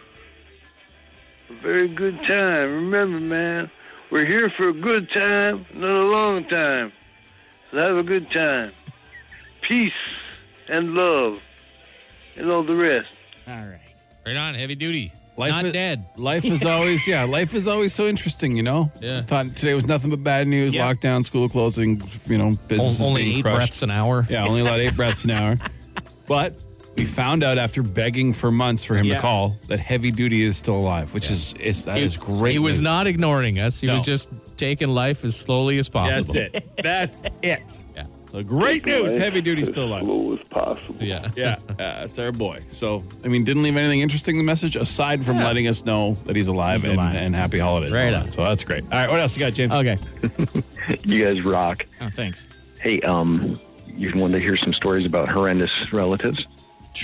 [SPEAKER 6] very good time. Remember, man, we're here for a good time, not a long time. So have a good time. Peace and love and all the rest.
[SPEAKER 4] All right.
[SPEAKER 3] Right on, heavy duty.
[SPEAKER 2] Life
[SPEAKER 3] Not
[SPEAKER 2] is-
[SPEAKER 3] dead.
[SPEAKER 2] Life is always, yeah, life is always so interesting, you know?
[SPEAKER 3] Yeah.
[SPEAKER 2] I thought today was nothing but bad news
[SPEAKER 4] Yeah.
[SPEAKER 2] lockdown, school closing, you know, business.
[SPEAKER 3] Only eight
[SPEAKER 2] crushed.
[SPEAKER 3] breaths an hour.
[SPEAKER 2] Yeah, only allowed eight breaths an hour. But we found out after begging for months for him
[SPEAKER 4] Yeah.
[SPEAKER 2] to call that heavy duty is still alive, which is, is that is great.
[SPEAKER 3] He was
[SPEAKER 2] news.
[SPEAKER 3] not ignoring us. He was just taking life as slowly as possible.
[SPEAKER 2] That's it. That's it.
[SPEAKER 3] Yeah.
[SPEAKER 2] So great news. Heavy duty still alive.
[SPEAKER 6] Slow as possible.
[SPEAKER 3] Yeah.
[SPEAKER 2] Yeah, yeah, that's our boy. So, I mean, didn't leave anything interesting in the message aside from letting us know that he's alive,
[SPEAKER 4] He's
[SPEAKER 2] and,
[SPEAKER 4] alive.
[SPEAKER 2] and happy holidays.
[SPEAKER 3] Right
[SPEAKER 2] All that.
[SPEAKER 3] on.
[SPEAKER 2] So that's great. All right, what else you got, James?
[SPEAKER 4] Okay.
[SPEAKER 10] You guys rock.
[SPEAKER 4] Oh, thanks.
[SPEAKER 10] Hey, um, you want to hear some stories about horrendous relatives?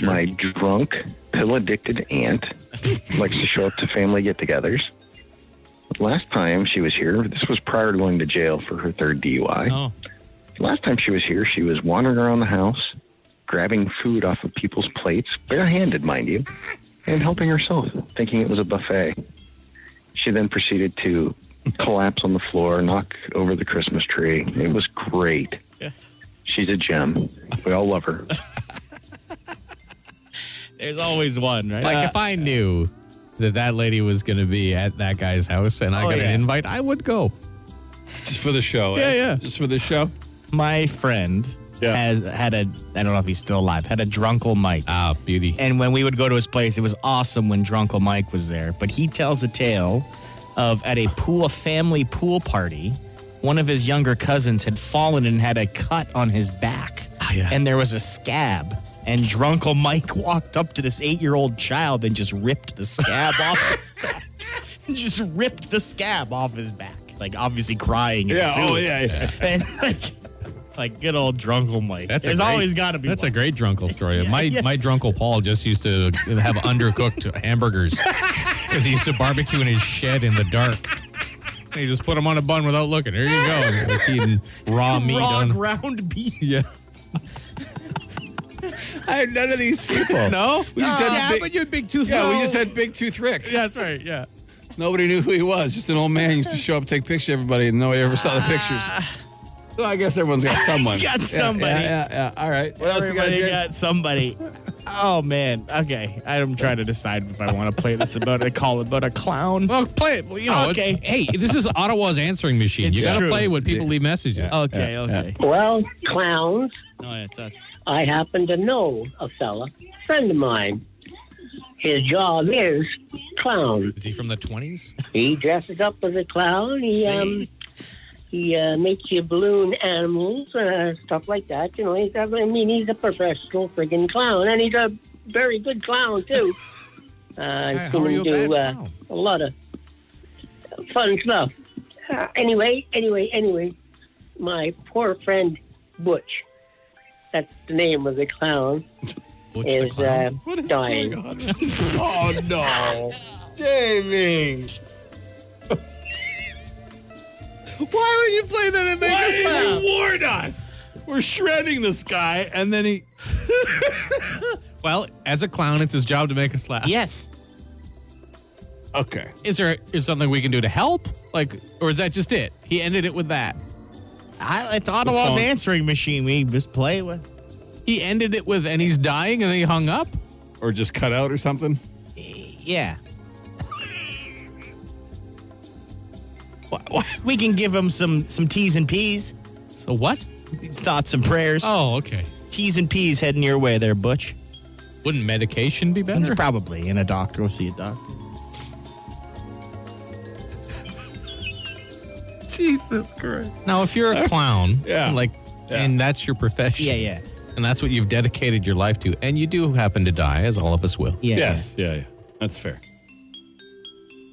[SPEAKER 10] My drunk, pill addicted aunt likes to show up to family get togethers. Last time she was here, this was prior to going to jail for her third DUI.
[SPEAKER 4] Oh.
[SPEAKER 10] Last time she was here, she was wandering around the house, grabbing food off of people's plates, barehanded, mind you, and helping herself, thinking it was a buffet. She then proceeded to collapse on the floor, knock over the Christmas tree. It was great. She's a gem. We all love her.
[SPEAKER 4] There's always one, right? Uh,
[SPEAKER 3] Like if I knew that that lady was going to be at that guy's house and I
[SPEAKER 4] Oh,
[SPEAKER 3] got
[SPEAKER 4] yeah.
[SPEAKER 3] an invite, I would go.
[SPEAKER 2] Just for the show.
[SPEAKER 4] Yeah,
[SPEAKER 2] eh?
[SPEAKER 4] yeah.
[SPEAKER 2] Just for the show.
[SPEAKER 4] my friend
[SPEAKER 2] Yeah.
[SPEAKER 4] has had a I don't know if he's still alive, had a drunkle Mike.
[SPEAKER 3] Ah, beauty.
[SPEAKER 4] and when we would go to his place, it was awesome when Drunkle Mike was there. But he tells a tale of at a pool, a family pool party, one of his younger cousins had fallen and had a cut on his back,
[SPEAKER 3] Ah, yeah.
[SPEAKER 4] and there was a scab. And Drunkle Mike walked up to this eight-year-old child and just ripped the scab off his back. Just ripped the scab off his back. Like obviously crying. and
[SPEAKER 2] Yeah, oh,
[SPEAKER 4] suing.
[SPEAKER 2] yeah, yeah.
[SPEAKER 4] And like, like good old Drunkle Mike.
[SPEAKER 3] That's a
[SPEAKER 4] There's
[SPEAKER 3] great-
[SPEAKER 4] always got to be.
[SPEAKER 3] That's
[SPEAKER 4] one.
[SPEAKER 3] a great drunkle story.
[SPEAKER 4] Yeah,
[SPEAKER 3] my
[SPEAKER 4] yeah.
[SPEAKER 3] my drunkle Paul just used to have undercooked hamburgers because he used to barbecue in his shed in the dark. And he just put them on a bun without looking. There you go, Like eating raw meat
[SPEAKER 4] raw
[SPEAKER 3] on.
[SPEAKER 4] ground beef.
[SPEAKER 3] yeah,
[SPEAKER 2] I have none of these people.
[SPEAKER 3] no,
[SPEAKER 2] We just had
[SPEAKER 3] yeah,
[SPEAKER 2] big-
[SPEAKER 3] but you had big tooth.
[SPEAKER 2] Yeah, we
[SPEAKER 3] though.
[SPEAKER 2] just had Big Tooth Rick.
[SPEAKER 3] Yeah, that's right. Yeah,
[SPEAKER 2] Nobody knew who he was. Just an old man used to show up, take pictures of everybody, and nobody ever saw the pictures. So I guess everyone's got someone.
[SPEAKER 4] Got
[SPEAKER 2] Yeah,
[SPEAKER 4] somebody.
[SPEAKER 2] Yeah, yeah, yeah. All right. What else you got,
[SPEAKER 4] Everybody
[SPEAKER 2] James?
[SPEAKER 4] got somebody. Oh man. Okay. I'm trying to decide if I want to play this about a call about a clown.
[SPEAKER 3] well, play it. You know,
[SPEAKER 4] Okay.
[SPEAKER 3] Hey, this is Ottawa's answering machine.
[SPEAKER 4] It's
[SPEAKER 3] you got to
[SPEAKER 4] true.
[SPEAKER 3] play what people leave messages.
[SPEAKER 4] Okay. Okay.
[SPEAKER 11] Well, clowns,
[SPEAKER 4] No, it's us.
[SPEAKER 11] I happen to know a fella, friend of mine. His job is clown.
[SPEAKER 3] Is he from the twenties?
[SPEAKER 11] He dresses up as a clown. He um, he uh, makes you balloon animals, uh, stuff like that. You know, he's I mean, he's a professional friggin' clown, and he's a very good clown too. Uh,
[SPEAKER 3] Hey,
[SPEAKER 11] I've
[SPEAKER 3] how
[SPEAKER 11] seen
[SPEAKER 3] are you Oh,
[SPEAKER 11] him
[SPEAKER 3] a
[SPEAKER 11] do
[SPEAKER 3] bad
[SPEAKER 11] uh,
[SPEAKER 3] clown?
[SPEAKER 11] a lot of fun stuff. Uh, anyway, anyway, anyway, my poor friend Butch. That's the name of the clown.
[SPEAKER 3] Butch the
[SPEAKER 11] Is,
[SPEAKER 3] clown.
[SPEAKER 11] uh, dying.
[SPEAKER 2] Oh, no. Jamie. Why would you play that and make us laugh? You warned us. We're shredding this guy, and then he.
[SPEAKER 3] well, as a clown, it's his job to make us laugh.
[SPEAKER 4] Yes.
[SPEAKER 2] Okay.
[SPEAKER 3] Is there is something we can do to help? Like, or is that just it? He ended it with that.
[SPEAKER 4] I, it's Ottawa's
[SPEAKER 3] phone.
[SPEAKER 4] answering machine. We just play with.
[SPEAKER 3] He ended it with, and he's dying, and then he hung up.
[SPEAKER 2] Or just cut out or something.
[SPEAKER 4] Yeah. We can give him some some T's and P's,
[SPEAKER 3] So what?
[SPEAKER 4] thoughts and prayers.
[SPEAKER 3] Oh, okay.
[SPEAKER 4] T's and P's heading your way there, Butch.
[SPEAKER 3] Wouldn't medication be better?
[SPEAKER 4] Probably in a doctor. We'll see a doctor.
[SPEAKER 2] Jesus Christ.
[SPEAKER 3] Now, if you're a clown,
[SPEAKER 2] Yeah.
[SPEAKER 3] like,
[SPEAKER 2] Yeah.
[SPEAKER 3] and that's your profession,
[SPEAKER 4] Yeah, yeah,
[SPEAKER 3] and that's what you've dedicated your life to, and you do happen to die, as all of us will,
[SPEAKER 4] yeah.
[SPEAKER 2] Yes. Yeah, yeah. That's fair.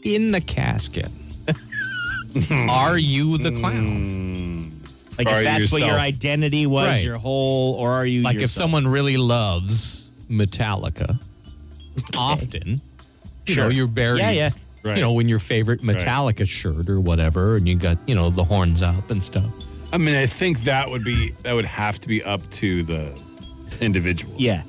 [SPEAKER 3] in the casket. Are you the
[SPEAKER 2] Hmm.
[SPEAKER 3] clown?
[SPEAKER 4] yeah. Like
[SPEAKER 2] Are
[SPEAKER 4] if
[SPEAKER 2] you
[SPEAKER 4] that's what your
[SPEAKER 2] yourself?
[SPEAKER 4] identity was,
[SPEAKER 3] Right.
[SPEAKER 4] your whole, or are you
[SPEAKER 3] Like, if
[SPEAKER 4] yourself?
[SPEAKER 3] someone really loves Metallica, often, you know,
[SPEAKER 4] Sure.
[SPEAKER 3] you're buried.
[SPEAKER 4] Yeah, yeah.
[SPEAKER 2] Right.
[SPEAKER 3] You know, in your favorite Metallica shirt or whatever, and you got, you know, the horns up and stuff.
[SPEAKER 2] I mean, I think that would be that would have to be up to the individual.
[SPEAKER 4] Yeah.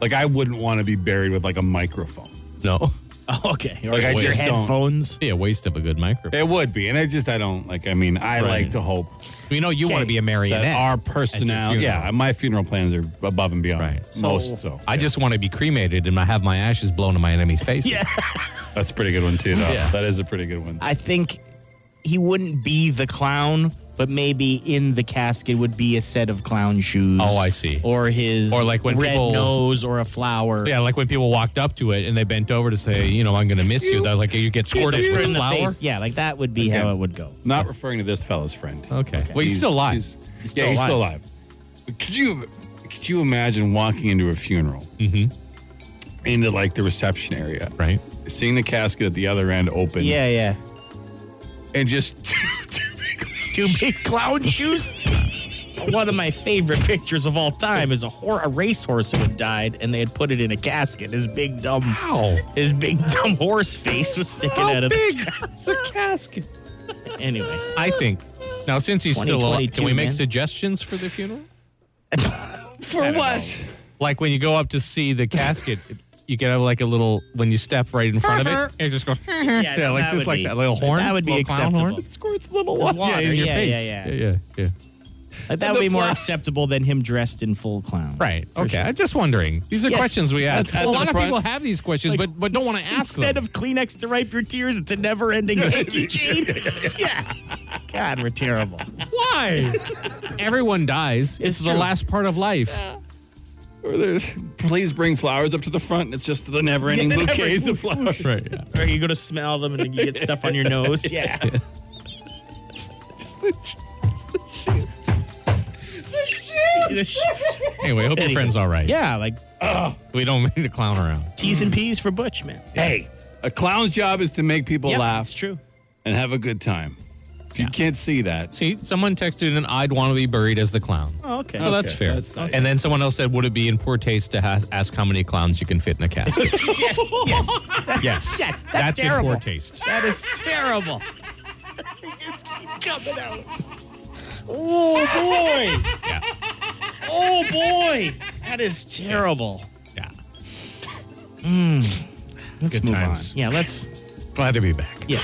[SPEAKER 2] Like I wouldn't want to be buried with like a microphone.
[SPEAKER 3] No.
[SPEAKER 4] Oh, okay. Or
[SPEAKER 2] Like, I
[SPEAKER 4] your
[SPEAKER 2] just don't-
[SPEAKER 4] headphones.
[SPEAKER 3] be a waste of a good microphone.
[SPEAKER 2] It would be, and I just I don't like. I mean, I
[SPEAKER 3] Right.
[SPEAKER 2] like to hope
[SPEAKER 3] You know, you want to be a marionette.
[SPEAKER 2] that our personality.
[SPEAKER 3] funeral.
[SPEAKER 2] Yeah, my funeral plans are above and beyond
[SPEAKER 3] Right.
[SPEAKER 2] most. So
[SPEAKER 3] I just want to be cremated and I have my ashes blown in my enemy's face. Yeah.
[SPEAKER 2] that's a pretty good one too. Though. That is a pretty good one.
[SPEAKER 4] I think he wouldn't be the clown, but maybe in the casket would be a set of clown shoes.
[SPEAKER 3] Oh, I see.
[SPEAKER 4] Or his
[SPEAKER 3] Or like when
[SPEAKER 4] red
[SPEAKER 3] people-
[SPEAKER 4] nose or a flower.
[SPEAKER 3] Yeah, like when people walked up to it and they bent over to say, you know, I'm going to miss you. That like you get squirted
[SPEAKER 4] Squirted
[SPEAKER 3] with
[SPEAKER 4] in the
[SPEAKER 3] flour.
[SPEAKER 4] face. Yeah, like that would be how it would go.
[SPEAKER 2] Not referring to this fella's friend.
[SPEAKER 3] Okay. Well, he's, still alive.
[SPEAKER 2] He's,
[SPEAKER 4] still
[SPEAKER 2] yeah, he's still
[SPEAKER 4] alive.
[SPEAKER 2] alive. But could you could you imagine walking into a funeral into like the reception area,
[SPEAKER 3] right.
[SPEAKER 2] seeing the casket at the other end open,
[SPEAKER 4] Yeah, yeah.
[SPEAKER 2] and just
[SPEAKER 4] Two big clown shoes. One of my favorite pictures of all time is a, hor- a racehorse who had died, and they had put it in a casket. His big dumb,
[SPEAKER 3] Ow.
[SPEAKER 4] his big dumb horse face was sticking
[SPEAKER 3] How
[SPEAKER 4] out of
[SPEAKER 3] big?
[SPEAKER 4] the.
[SPEAKER 3] It's a casket.
[SPEAKER 4] Anyway,
[SPEAKER 3] I think. Now, since he's still alive, can
[SPEAKER 4] 2022,
[SPEAKER 3] we make
[SPEAKER 4] man.
[SPEAKER 3] suggestions for the funeral?
[SPEAKER 2] for what?
[SPEAKER 3] Like when you go up to see the casket, you can have like a little, when you step right in front of it, and it just goes, yeah,
[SPEAKER 4] so
[SPEAKER 3] like
[SPEAKER 4] Uh-huh. that
[SPEAKER 3] just
[SPEAKER 4] would
[SPEAKER 3] like
[SPEAKER 4] be-
[SPEAKER 3] that little horn.
[SPEAKER 4] that would be
[SPEAKER 3] little clown
[SPEAKER 4] acceptable.
[SPEAKER 3] horn.
[SPEAKER 2] Squirts little
[SPEAKER 4] There's
[SPEAKER 2] water.
[SPEAKER 4] water.
[SPEAKER 3] Yeah, in your
[SPEAKER 4] yeah,
[SPEAKER 3] face.
[SPEAKER 4] Yeah, yeah.
[SPEAKER 3] yeah, yeah.
[SPEAKER 4] Like, that
[SPEAKER 2] And
[SPEAKER 4] would
[SPEAKER 2] the
[SPEAKER 4] be more
[SPEAKER 2] fly-
[SPEAKER 4] acceptable than him dressed in full clown.
[SPEAKER 3] Right. Okay. I'm just wondering. These are
[SPEAKER 4] Yes.
[SPEAKER 3] questions we ask.
[SPEAKER 2] At- at
[SPEAKER 3] a
[SPEAKER 2] the
[SPEAKER 3] lot of
[SPEAKER 2] front.
[SPEAKER 3] people have these questions,
[SPEAKER 4] Like,
[SPEAKER 3] but but don't want to
[SPEAKER 4] ins-
[SPEAKER 3] ask
[SPEAKER 4] Instead
[SPEAKER 3] them.
[SPEAKER 4] of Kleenex to wipe your tears, it's a never-ending hanky chain. Yeah. God, we're terrible.
[SPEAKER 3] Why? Everyone dies. It's, the
[SPEAKER 4] true.
[SPEAKER 3] last part of life.
[SPEAKER 2] Or there's- please bring flowers up to the front. and It's just the never-ending
[SPEAKER 4] Yeah, the
[SPEAKER 2] bouquets
[SPEAKER 4] never-
[SPEAKER 2] of flowers.
[SPEAKER 3] Right. yeah.
[SPEAKER 4] Or you go to smell them and then you get stuff on your nose. Yeah.
[SPEAKER 2] Just the, just the shoes. The shoes.
[SPEAKER 4] the sh-
[SPEAKER 3] Anyway, hope your friend's all right.
[SPEAKER 4] Yeah, like
[SPEAKER 3] We don't mean to clown around.
[SPEAKER 4] T's and P's for Butch, man.
[SPEAKER 2] Hey, a clown's job is to make people
[SPEAKER 4] Yeah,
[SPEAKER 2] laugh.
[SPEAKER 4] it's true.
[SPEAKER 2] And have a good time. If you can't see that,
[SPEAKER 3] See, someone texted and I'd want to be buried as the clown.
[SPEAKER 4] Oh, okay.
[SPEAKER 3] So that's
[SPEAKER 2] Okay,
[SPEAKER 3] fair.
[SPEAKER 2] that's nice.
[SPEAKER 3] And then someone else said, "Would it be in poor taste to ha- ask how many clowns you can fit in a casket?"
[SPEAKER 4] yes, yes,
[SPEAKER 3] yes,
[SPEAKER 4] yes. That's,
[SPEAKER 3] that's in
[SPEAKER 4] terrible.
[SPEAKER 3] poor taste.
[SPEAKER 4] That is terrible. they just keep coming out. Oh boy.
[SPEAKER 3] Yeah.
[SPEAKER 4] Oh boy. That is terrible.
[SPEAKER 3] Yeah.
[SPEAKER 4] Hmm. Let's
[SPEAKER 3] Good
[SPEAKER 4] move
[SPEAKER 3] times.
[SPEAKER 4] on. Yeah, let's
[SPEAKER 3] Glad to be back.
[SPEAKER 4] yeah.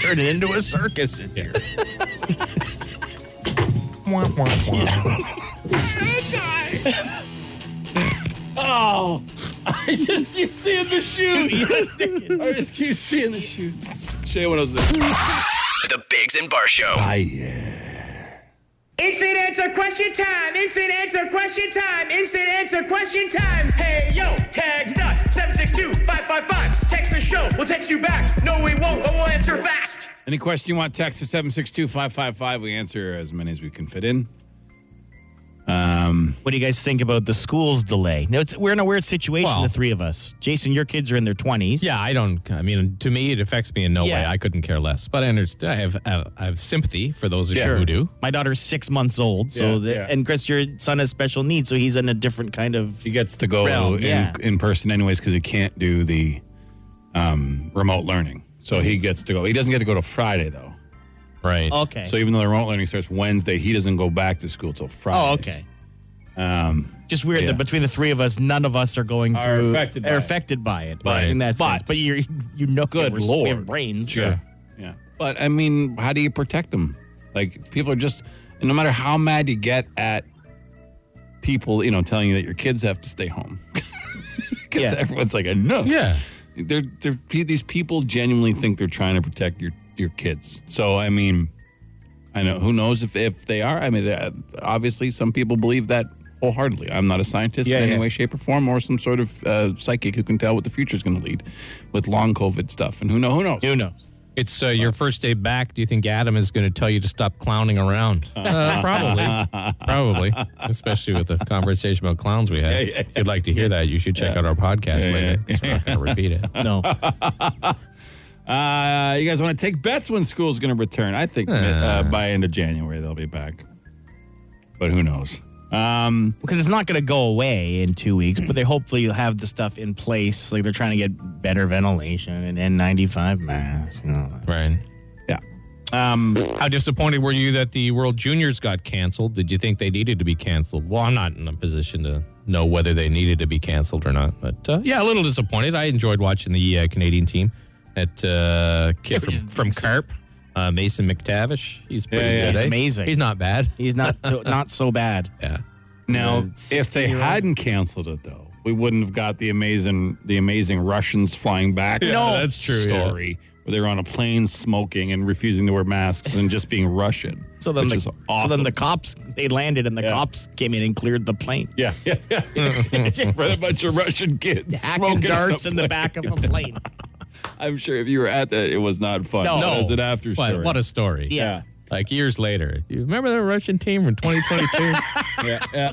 [SPEAKER 4] Turn it into a circus in here.
[SPEAKER 2] oh, I just keep seeing the shoes. I just keep seeing the shoes. Shay, what was it?
[SPEAKER 1] The Bigs and Bar Show.
[SPEAKER 8] Instant answer question time. Instant answer question time. Instant answer question time. Hey yo, tags us 762-555. Text the show. We'll text you back. No, we won't, but we'll answer fast.
[SPEAKER 2] Any question you want, text to 762 555. We answer as many as we can fit in.
[SPEAKER 4] What do you guys think about the school's delay? No, it's, we're in a weird situation,
[SPEAKER 3] Well-
[SPEAKER 4] the three of us. Jason, your kids are in their 20s.
[SPEAKER 3] Yeah, I don't. I mean, to me, it affects me in no way.
[SPEAKER 4] Yeah.
[SPEAKER 3] I couldn't care less. But I understand. I have, uh, I have sympathy for those of you who do.
[SPEAKER 4] My daughter's six months old. So,
[SPEAKER 2] Yeah,
[SPEAKER 4] the,
[SPEAKER 2] yeah.
[SPEAKER 4] and Chris, your son has special needs. So he's in a different kind of.
[SPEAKER 2] He gets to go
[SPEAKER 4] Realm,
[SPEAKER 2] in,
[SPEAKER 4] yeah.
[SPEAKER 2] in person, anyways, because he can't do the um, remote learning. So he gets to go. He doesn't get to go to Friday, though.
[SPEAKER 3] Right.
[SPEAKER 4] Okay.
[SPEAKER 2] So even though the remote learning starts Wednesday, he doesn't go back to school till Friday.
[SPEAKER 4] oh, okay.
[SPEAKER 2] Um,
[SPEAKER 4] Just weird
[SPEAKER 2] Yeah.
[SPEAKER 4] that between the three of us, none of us are going through.
[SPEAKER 2] Are affected by
[SPEAKER 4] are
[SPEAKER 2] it.
[SPEAKER 4] affected by it.
[SPEAKER 2] By
[SPEAKER 4] right,
[SPEAKER 2] it.
[SPEAKER 4] in that
[SPEAKER 2] But-
[SPEAKER 4] sense. But you're, you know,
[SPEAKER 2] Good
[SPEAKER 4] we're-
[SPEAKER 2] Lord.
[SPEAKER 4] we have brains.
[SPEAKER 2] Sure. Yeah. But I mean, how do you protect them? Like people are just, and no matter how mad you get at people, you know, telling you that your kids have to stay home, because
[SPEAKER 4] Yeah.
[SPEAKER 2] everyone's like enough.
[SPEAKER 3] Yeah.
[SPEAKER 2] They're they're pe- these people genuinely think they're trying to protect your your kids. So I mean, I know who knows if if they are. I mean, they- obviously some people believe that wholeheartedly. I'm not a scientist
[SPEAKER 4] Yeah,
[SPEAKER 2] in any
[SPEAKER 4] yeah.
[SPEAKER 2] way, shape, or form, or some sort of uh, psychic who can tell what the future is going to lead with long COVID stuff. And who know who knows.
[SPEAKER 4] Who knows?
[SPEAKER 3] It's uh, your first day back. Do you think Adam is going to tell you to stop clowning around? Uh, probably. probably. Especially with the conversation about clowns we had. If you'd like to hear that, you should check out our podcast later. 'cause We're not going to repeat it.
[SPEAKER 4] No.
[SPEAKER 2] Uh, you guys want to take bets when school's going to return? I think uh, by end of January they'll be back, but who knows? Um,
[SPEAKER 4] because it's not going to go away in two weeks, but they hopefully have the stuff in place. Like they're trying to get better ventilation and N95 masks. And all that.
[SPEAKER 3] Right.
[SPEAKER 2] yeah,
[SPEAKER 3] Um, How disappointed were you that the World Juniors got canceled? Did you think they needed to be canceled? Well, I'm not in a position to know whether they needed to be canceled or not, but uh, yeah, a little disappointed. I enjoyed watching the uh, Canadian team. That uh, kid from, from Carp, uh, Mason McTavish, he's pretty
[SPEAKER 2] Yeah, yeah.
[SPEAKER 3] good.
[SPEAKER 4] He's
[SPEAKER 3] eh?
[SPEAKER 4] amazing.
[SPEAKER 3] He's not bad.
[SPEAKER 4] He's not so, not so bad.
[SPEAKER 3] Yeah.
[SPEAKER 2] Now,
[SPEAKER 4] The
[SPEAKER 2] if they
[SPEAKER 4] 16-year-old.
[SPEAKER 2] hadn't canceled it though, we wouldn't have got the amazing the amazing Russians flying back.
[SPEAKER 3] No. that's true, yeah.
[SPEAKER 2] Story where they were on a plane smoking and refusing to wear masks and just being Russian.
[SPEAKER 4] So then,
[SPEAKER 2] which
[SPEAKER 4] the,
[SPEAKER 2] is awesome.
[SPEAKER 4] so then the cops they landed and the
[SPEAKER 2] Yeah.
[SPEAKER 4] cops came in and cleared the plane.
[SPEAKER 2] yeah, yeah, yeah. For a bunch of Russian kids
[SPEAKER 4] Hacking
[SPEAKER 2] smoking on
[SPEAKER 4] darts
[SPEAKER 2] a
[SPEAKER 4] in the
[SPEAKER 2] plane.
[SPEAKER 4] back of a plane.
[SPEAKER 2] I'm sure if you were at that, it was not fun.
[SPEAKER 4] No.
[SPEAKER 2] That was an after
[SPEAKER 3] What,
[SPEAKER 2] story.
[SPEAKER 3] what a story.
[SPEAKER 4] Yeah.
[SPEAKER 3] Like years later. You remember the Russian team from 2022?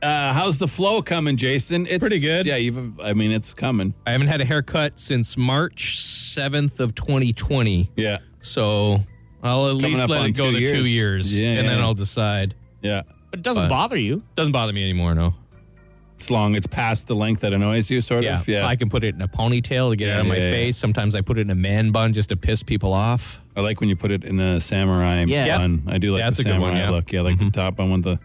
[SPEAKER 2] Uh, how's the flow coming, Jason? It's
[SPEAKER 3] Pretty good.
[SPEAKER 2] Yeah, you've. I mean, it's coming.
[SPEAKER 3] I haven't had a haircut since March 7th of 2020.
[SPEAKER 2] Yeah,
[SPEAKER 3] So I'll at least
[SPEAKER 2] up
[SPEAKER 3] let
[SPEAKER 2] on
[SPEAKER 3] it go
[SPEAKER 2] two
[SPEAKER 3] the
[SPEAKER 2] years.
[SPEAKER 3] two years,
[SPEAKER 2] Yeah,
[SPEAKER 3] and then
[SPEAKER 2] yeah.
[SPEAKER 3] I'll decide.
[SPEAKER 2] yeah.
[SPEAKER 4] But it doesn't
[SPEAKER 3] But-
[SPEAKER 4] bother you.
[SPEAKER 3] Doesn't bother me anymore. No.
[SPEAKER 2] It's long. It's past the length that annoys you, sort of. Yeah,
[SPEAKER 3] I can put it in a ponytail to get it out of
[SPEAKER 2] Yeah,
[SPEAKER 3] my
[SPEAKER 2] yeah, yeah.
[SPEAKER 3] face. Sometimes I put it in a man bun just to piss people off.
[SPEAKER 2] I like when you put it in the samurai
[SPEAKER 4] Yeah.
[SPEAKER 2] bun. I do like
[SPEAKER 3] Yeah, that's
[SPEAKER 2] the
[SPEAKER 3] a good
[SPEAKER 2] samurai
[SPEAKER 3] one, yeah. Mm-hmm.
[SPEAKER 2] look. Yeah, I like the top bun with the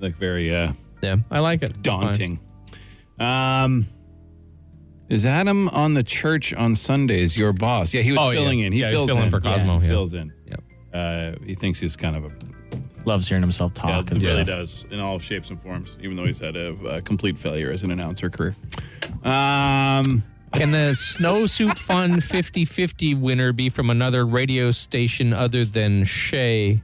[SPEAKER 2] like very uh,
[SPEAKER 3] Yeah, I like it. It's fine.
[SPEAKER 2] daunting. Um, is Adam on the church on Sundays? Your boss? Yeah, he was
[SPEAKER 3] Oh, yeah.
[SPEAKER 2] filling in. He
[SPEAKER 3] Yeah, he's
[SPEAKER 2] fills
[SPEAKER 3] filling
[SPEAKER 2] in
[SPEAKER 3] for Cosmo,
[SPEAKER 2] He
[SPEAKER 3] yeah.
[SPEAKER 2] fills in.
[SPEAKER 3] Yep.
[SPEAKER 2] Uh, he thinks he's kind of a
[SPEAKER 4] Loves hearing himself
[SPEAKER 3] Ah,
[SPEAKER 2] Yeah,
[SPEAKER 4] talk.
[SPEAKER 2] he
[SPEAKER 4] and
[SPEAKER 2] really
[SPEAKER 4] stuff.
[SPEAKER 2] does in all shapes and forms. Even though he's had a, a complete failure as an announcer career. Um,
[SPEAKER 3] Can the Snowsuit Fund 50 50 winner be from another radio station other than Shea?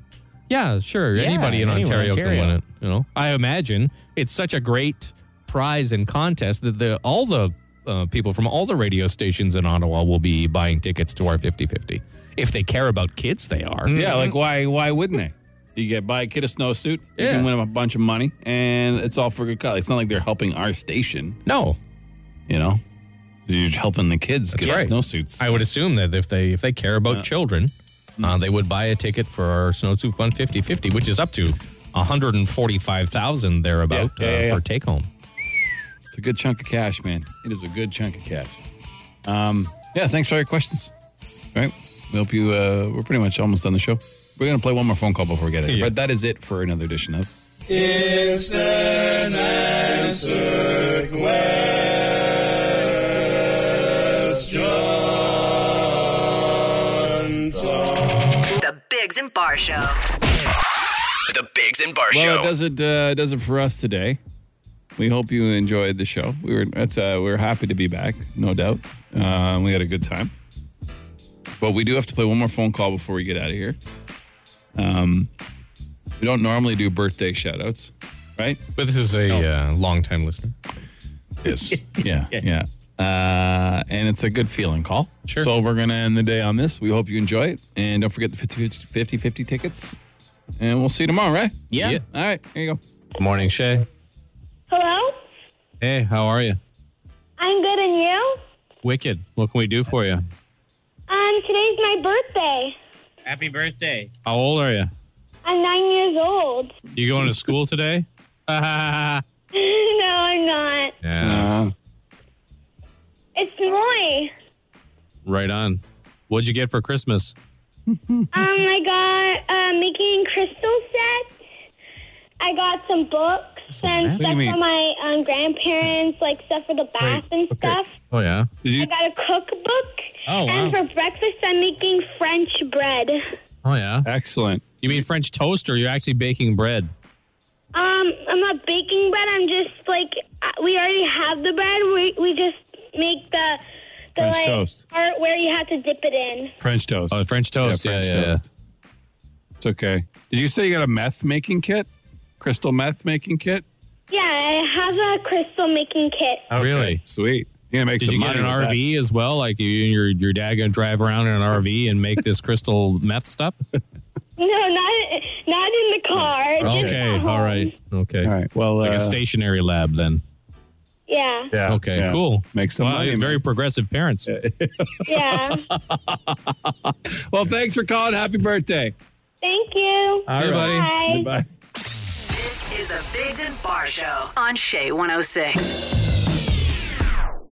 [SPEAKER 3] Yeah, sure.
[SPEAKER 4] Yeah,
[SPEAKER 3] Anybody in
[SPEAKER 4] anyone,
[SPEAKER 3] Ontario,
[SPEAKER 4] Ontario.
[SPEAKER 3] can win it. You know, I imagine it's such a great prize and contest that the, all the uh, people from all the radio stations in Ottawa will be buying tickets to our 50 50. If they care about kids, they are.
[SPEAKER 2] yeah, like why? Why wouldn't they? You get buy a kid a snowsuit. You can win him a bunch of money, and it's all for a good cause. It's not like they're helping our station.
[SPEAKER 3] No,
[SPEAKER 2] you know, you're helping the kids
[SPEAKER 3] That's
[SPEAKER 2] get
[SPEAKER 3] right.
[SPEAKER 2] snowsuits.
[SPEAKER 3] I would assume that if they if they care about
[SPEAKER 2] Yeah.
[SPEAKER 3] children, uh, they would buy a ticket for our snowsuit fund 50-50, which is up to one hundred and forty five thousand thereabout
[SPEAKER 2] Yeah, yeah,
[SPEAKER 3] uh,
[SPEAKER 2] yeah, yeah.
[SPEAKER 3] for take home.
[SPEAKER 2] It's a good chunk of cash, man. It is a good chunk of cash. Um, yeah, thanks for all your questions. All right. We hope you, uh, we're pretty much almost done the show. We're going to play one more phone call before we get it. But that is it for another edition of
[SPEAKER 8] Instant answer question
[SPEAKER 9] The Bigs and Bar Show.
[SPEAKER 1] The Bigs and Bar
[SPEAKER 2] Well,
[SPEAKER 1] Show.
[SPEAKER 2] it does it uh, does it for us today. We hope you enjoyed the show. We were that's uh, we are happy to be back, no doubt. Uh, we had a good time, but we do have to play one more phone call before we get out of here. Um, we don't normally do birthday shout outs, right?
[SPEAKER 3] But this is a uh, long time listener.
[SPEAKER 2] Yes. yeah. Yeah. Uh, and it's a good feeling call. Sure. So we're going to end the day on this. We hope you enjoy it. And don't forget the 50 50, 50 tickets. And we'll see you tomorrow, right?
[SPEAKER 4] Yeah.
[SPEAKER 2] All right. Here you go.
[SPEAKER 3] Morning, Shay.
[SPEAKER 12] Hello?
[SPEAKER 3] Hey, how are you?
[SPEAKER 12] I'm good, and you?
[SPEAKER 3] Wicked. What can we do for you?
[SPEAKER 12] Um, today's my birthday.
[SPEAKER 4] Happy birthday.
[SPEAKER 3] How old are you?
[SPEAKER 12] I'm nine years old.
[SPEAKER 3] You going to school today? yeah.
[SPEAKER 12] no, I'm not.
[SPEAKER 3] Uh,
[SPEAKER 12] It's Moy.
[SPEAKER 3] Right on. What'd you get for Christmas?
[SPEAKER 12] um, I got a Mickey and Crystal set. I got some books and
[SPEAKER 3] What do you
[SPEAKER 12] stuff
[SPEAKER 3] mean?
[SPEAKER 12] for my um, grandparents, like stuff for the bath and stuff.
[SPEAKER 3] Oh yeah.
[SPEAKER 12] I got a cookbook.
[SPEAKER 3] Oh,
[SPEAKER 12] And
[SPEAKER 3] wow.
[SPEAKER 12] for breakfast, I'm making French bread.
[SPEAKER 3] Oh yeah.
[SPEAKER 2] Excellent.
[SPEAKER 3] You mean French toast or you're actually baking bread?
[SPEAKER 12] Um, I'm not baking bread. I'm just like uh, we already have the bread. We we just make the the
[SPEAKER 3] French
[SPEAKER 12] like
[SPEAKER 3] toast.
[SPEAKER 12] part where you have to dip it in.
[SPEAKER 2] French toast.
[SPEAKER 3] Oh, French toast. Yeah,
[SPEAKER 2] French
[SPEAKER 3] yeah, yeah.
[SPEAKER 2] toast. It's okay. Did you say you got a meth making kit? Crystal meth making kit?
[SPEAKER 12] Yeah, I have a crystal making kit.
[SPEAKER 3] Really?
[SPEAKER 2] Sweet. You're gonna make
[SPEAKER 3] Did
[SPEAKER 2] some
[SPEAKER 3] you get
[SPEAKER 2] money
[SPEAKER 3] an
[SPEAKER 2] with that.
[SPEAKER 3] RV as well? Like you and your your dad gonna drive around in an RV and make this crystal meth stuff?
[SPEAKER 12] No, not not in the car. just
[SPEAKER 3] Okay.
[SPEAKER 12] at home.
[SPEAKER 3] All right. Okay.
[SPEAKER 2] All right. Well,
[SPEAKER 3] like
[SPEAKER 2] uh,
[SPEAKER 3] a stationary lab then.
[SPEAKER 12] Yeah,
[SPEAKER 3] Okay.
[SPEAKER 2] yeah.
[SPEAKER 3] Cool.
[SPEAKER 2] Make some
[SPEAKER 3] Wow,
[SPEAKER 2] money,
[SPEAKER 3] you have very progressive parents.
[SPEAKER 12] yeah.
[SPEAKER 2] Well, thanks for calling. Happy birthday.
[SPEAKER 12] Thank you.
[SPEAKER 2] All right,
[SPEAKER 12] Bye.
[SPEAKER 2] Goodbye.
[SPEAKER 5] oh
[SPEAKER 9] This is the Bigs and Bar Show on Shea 106.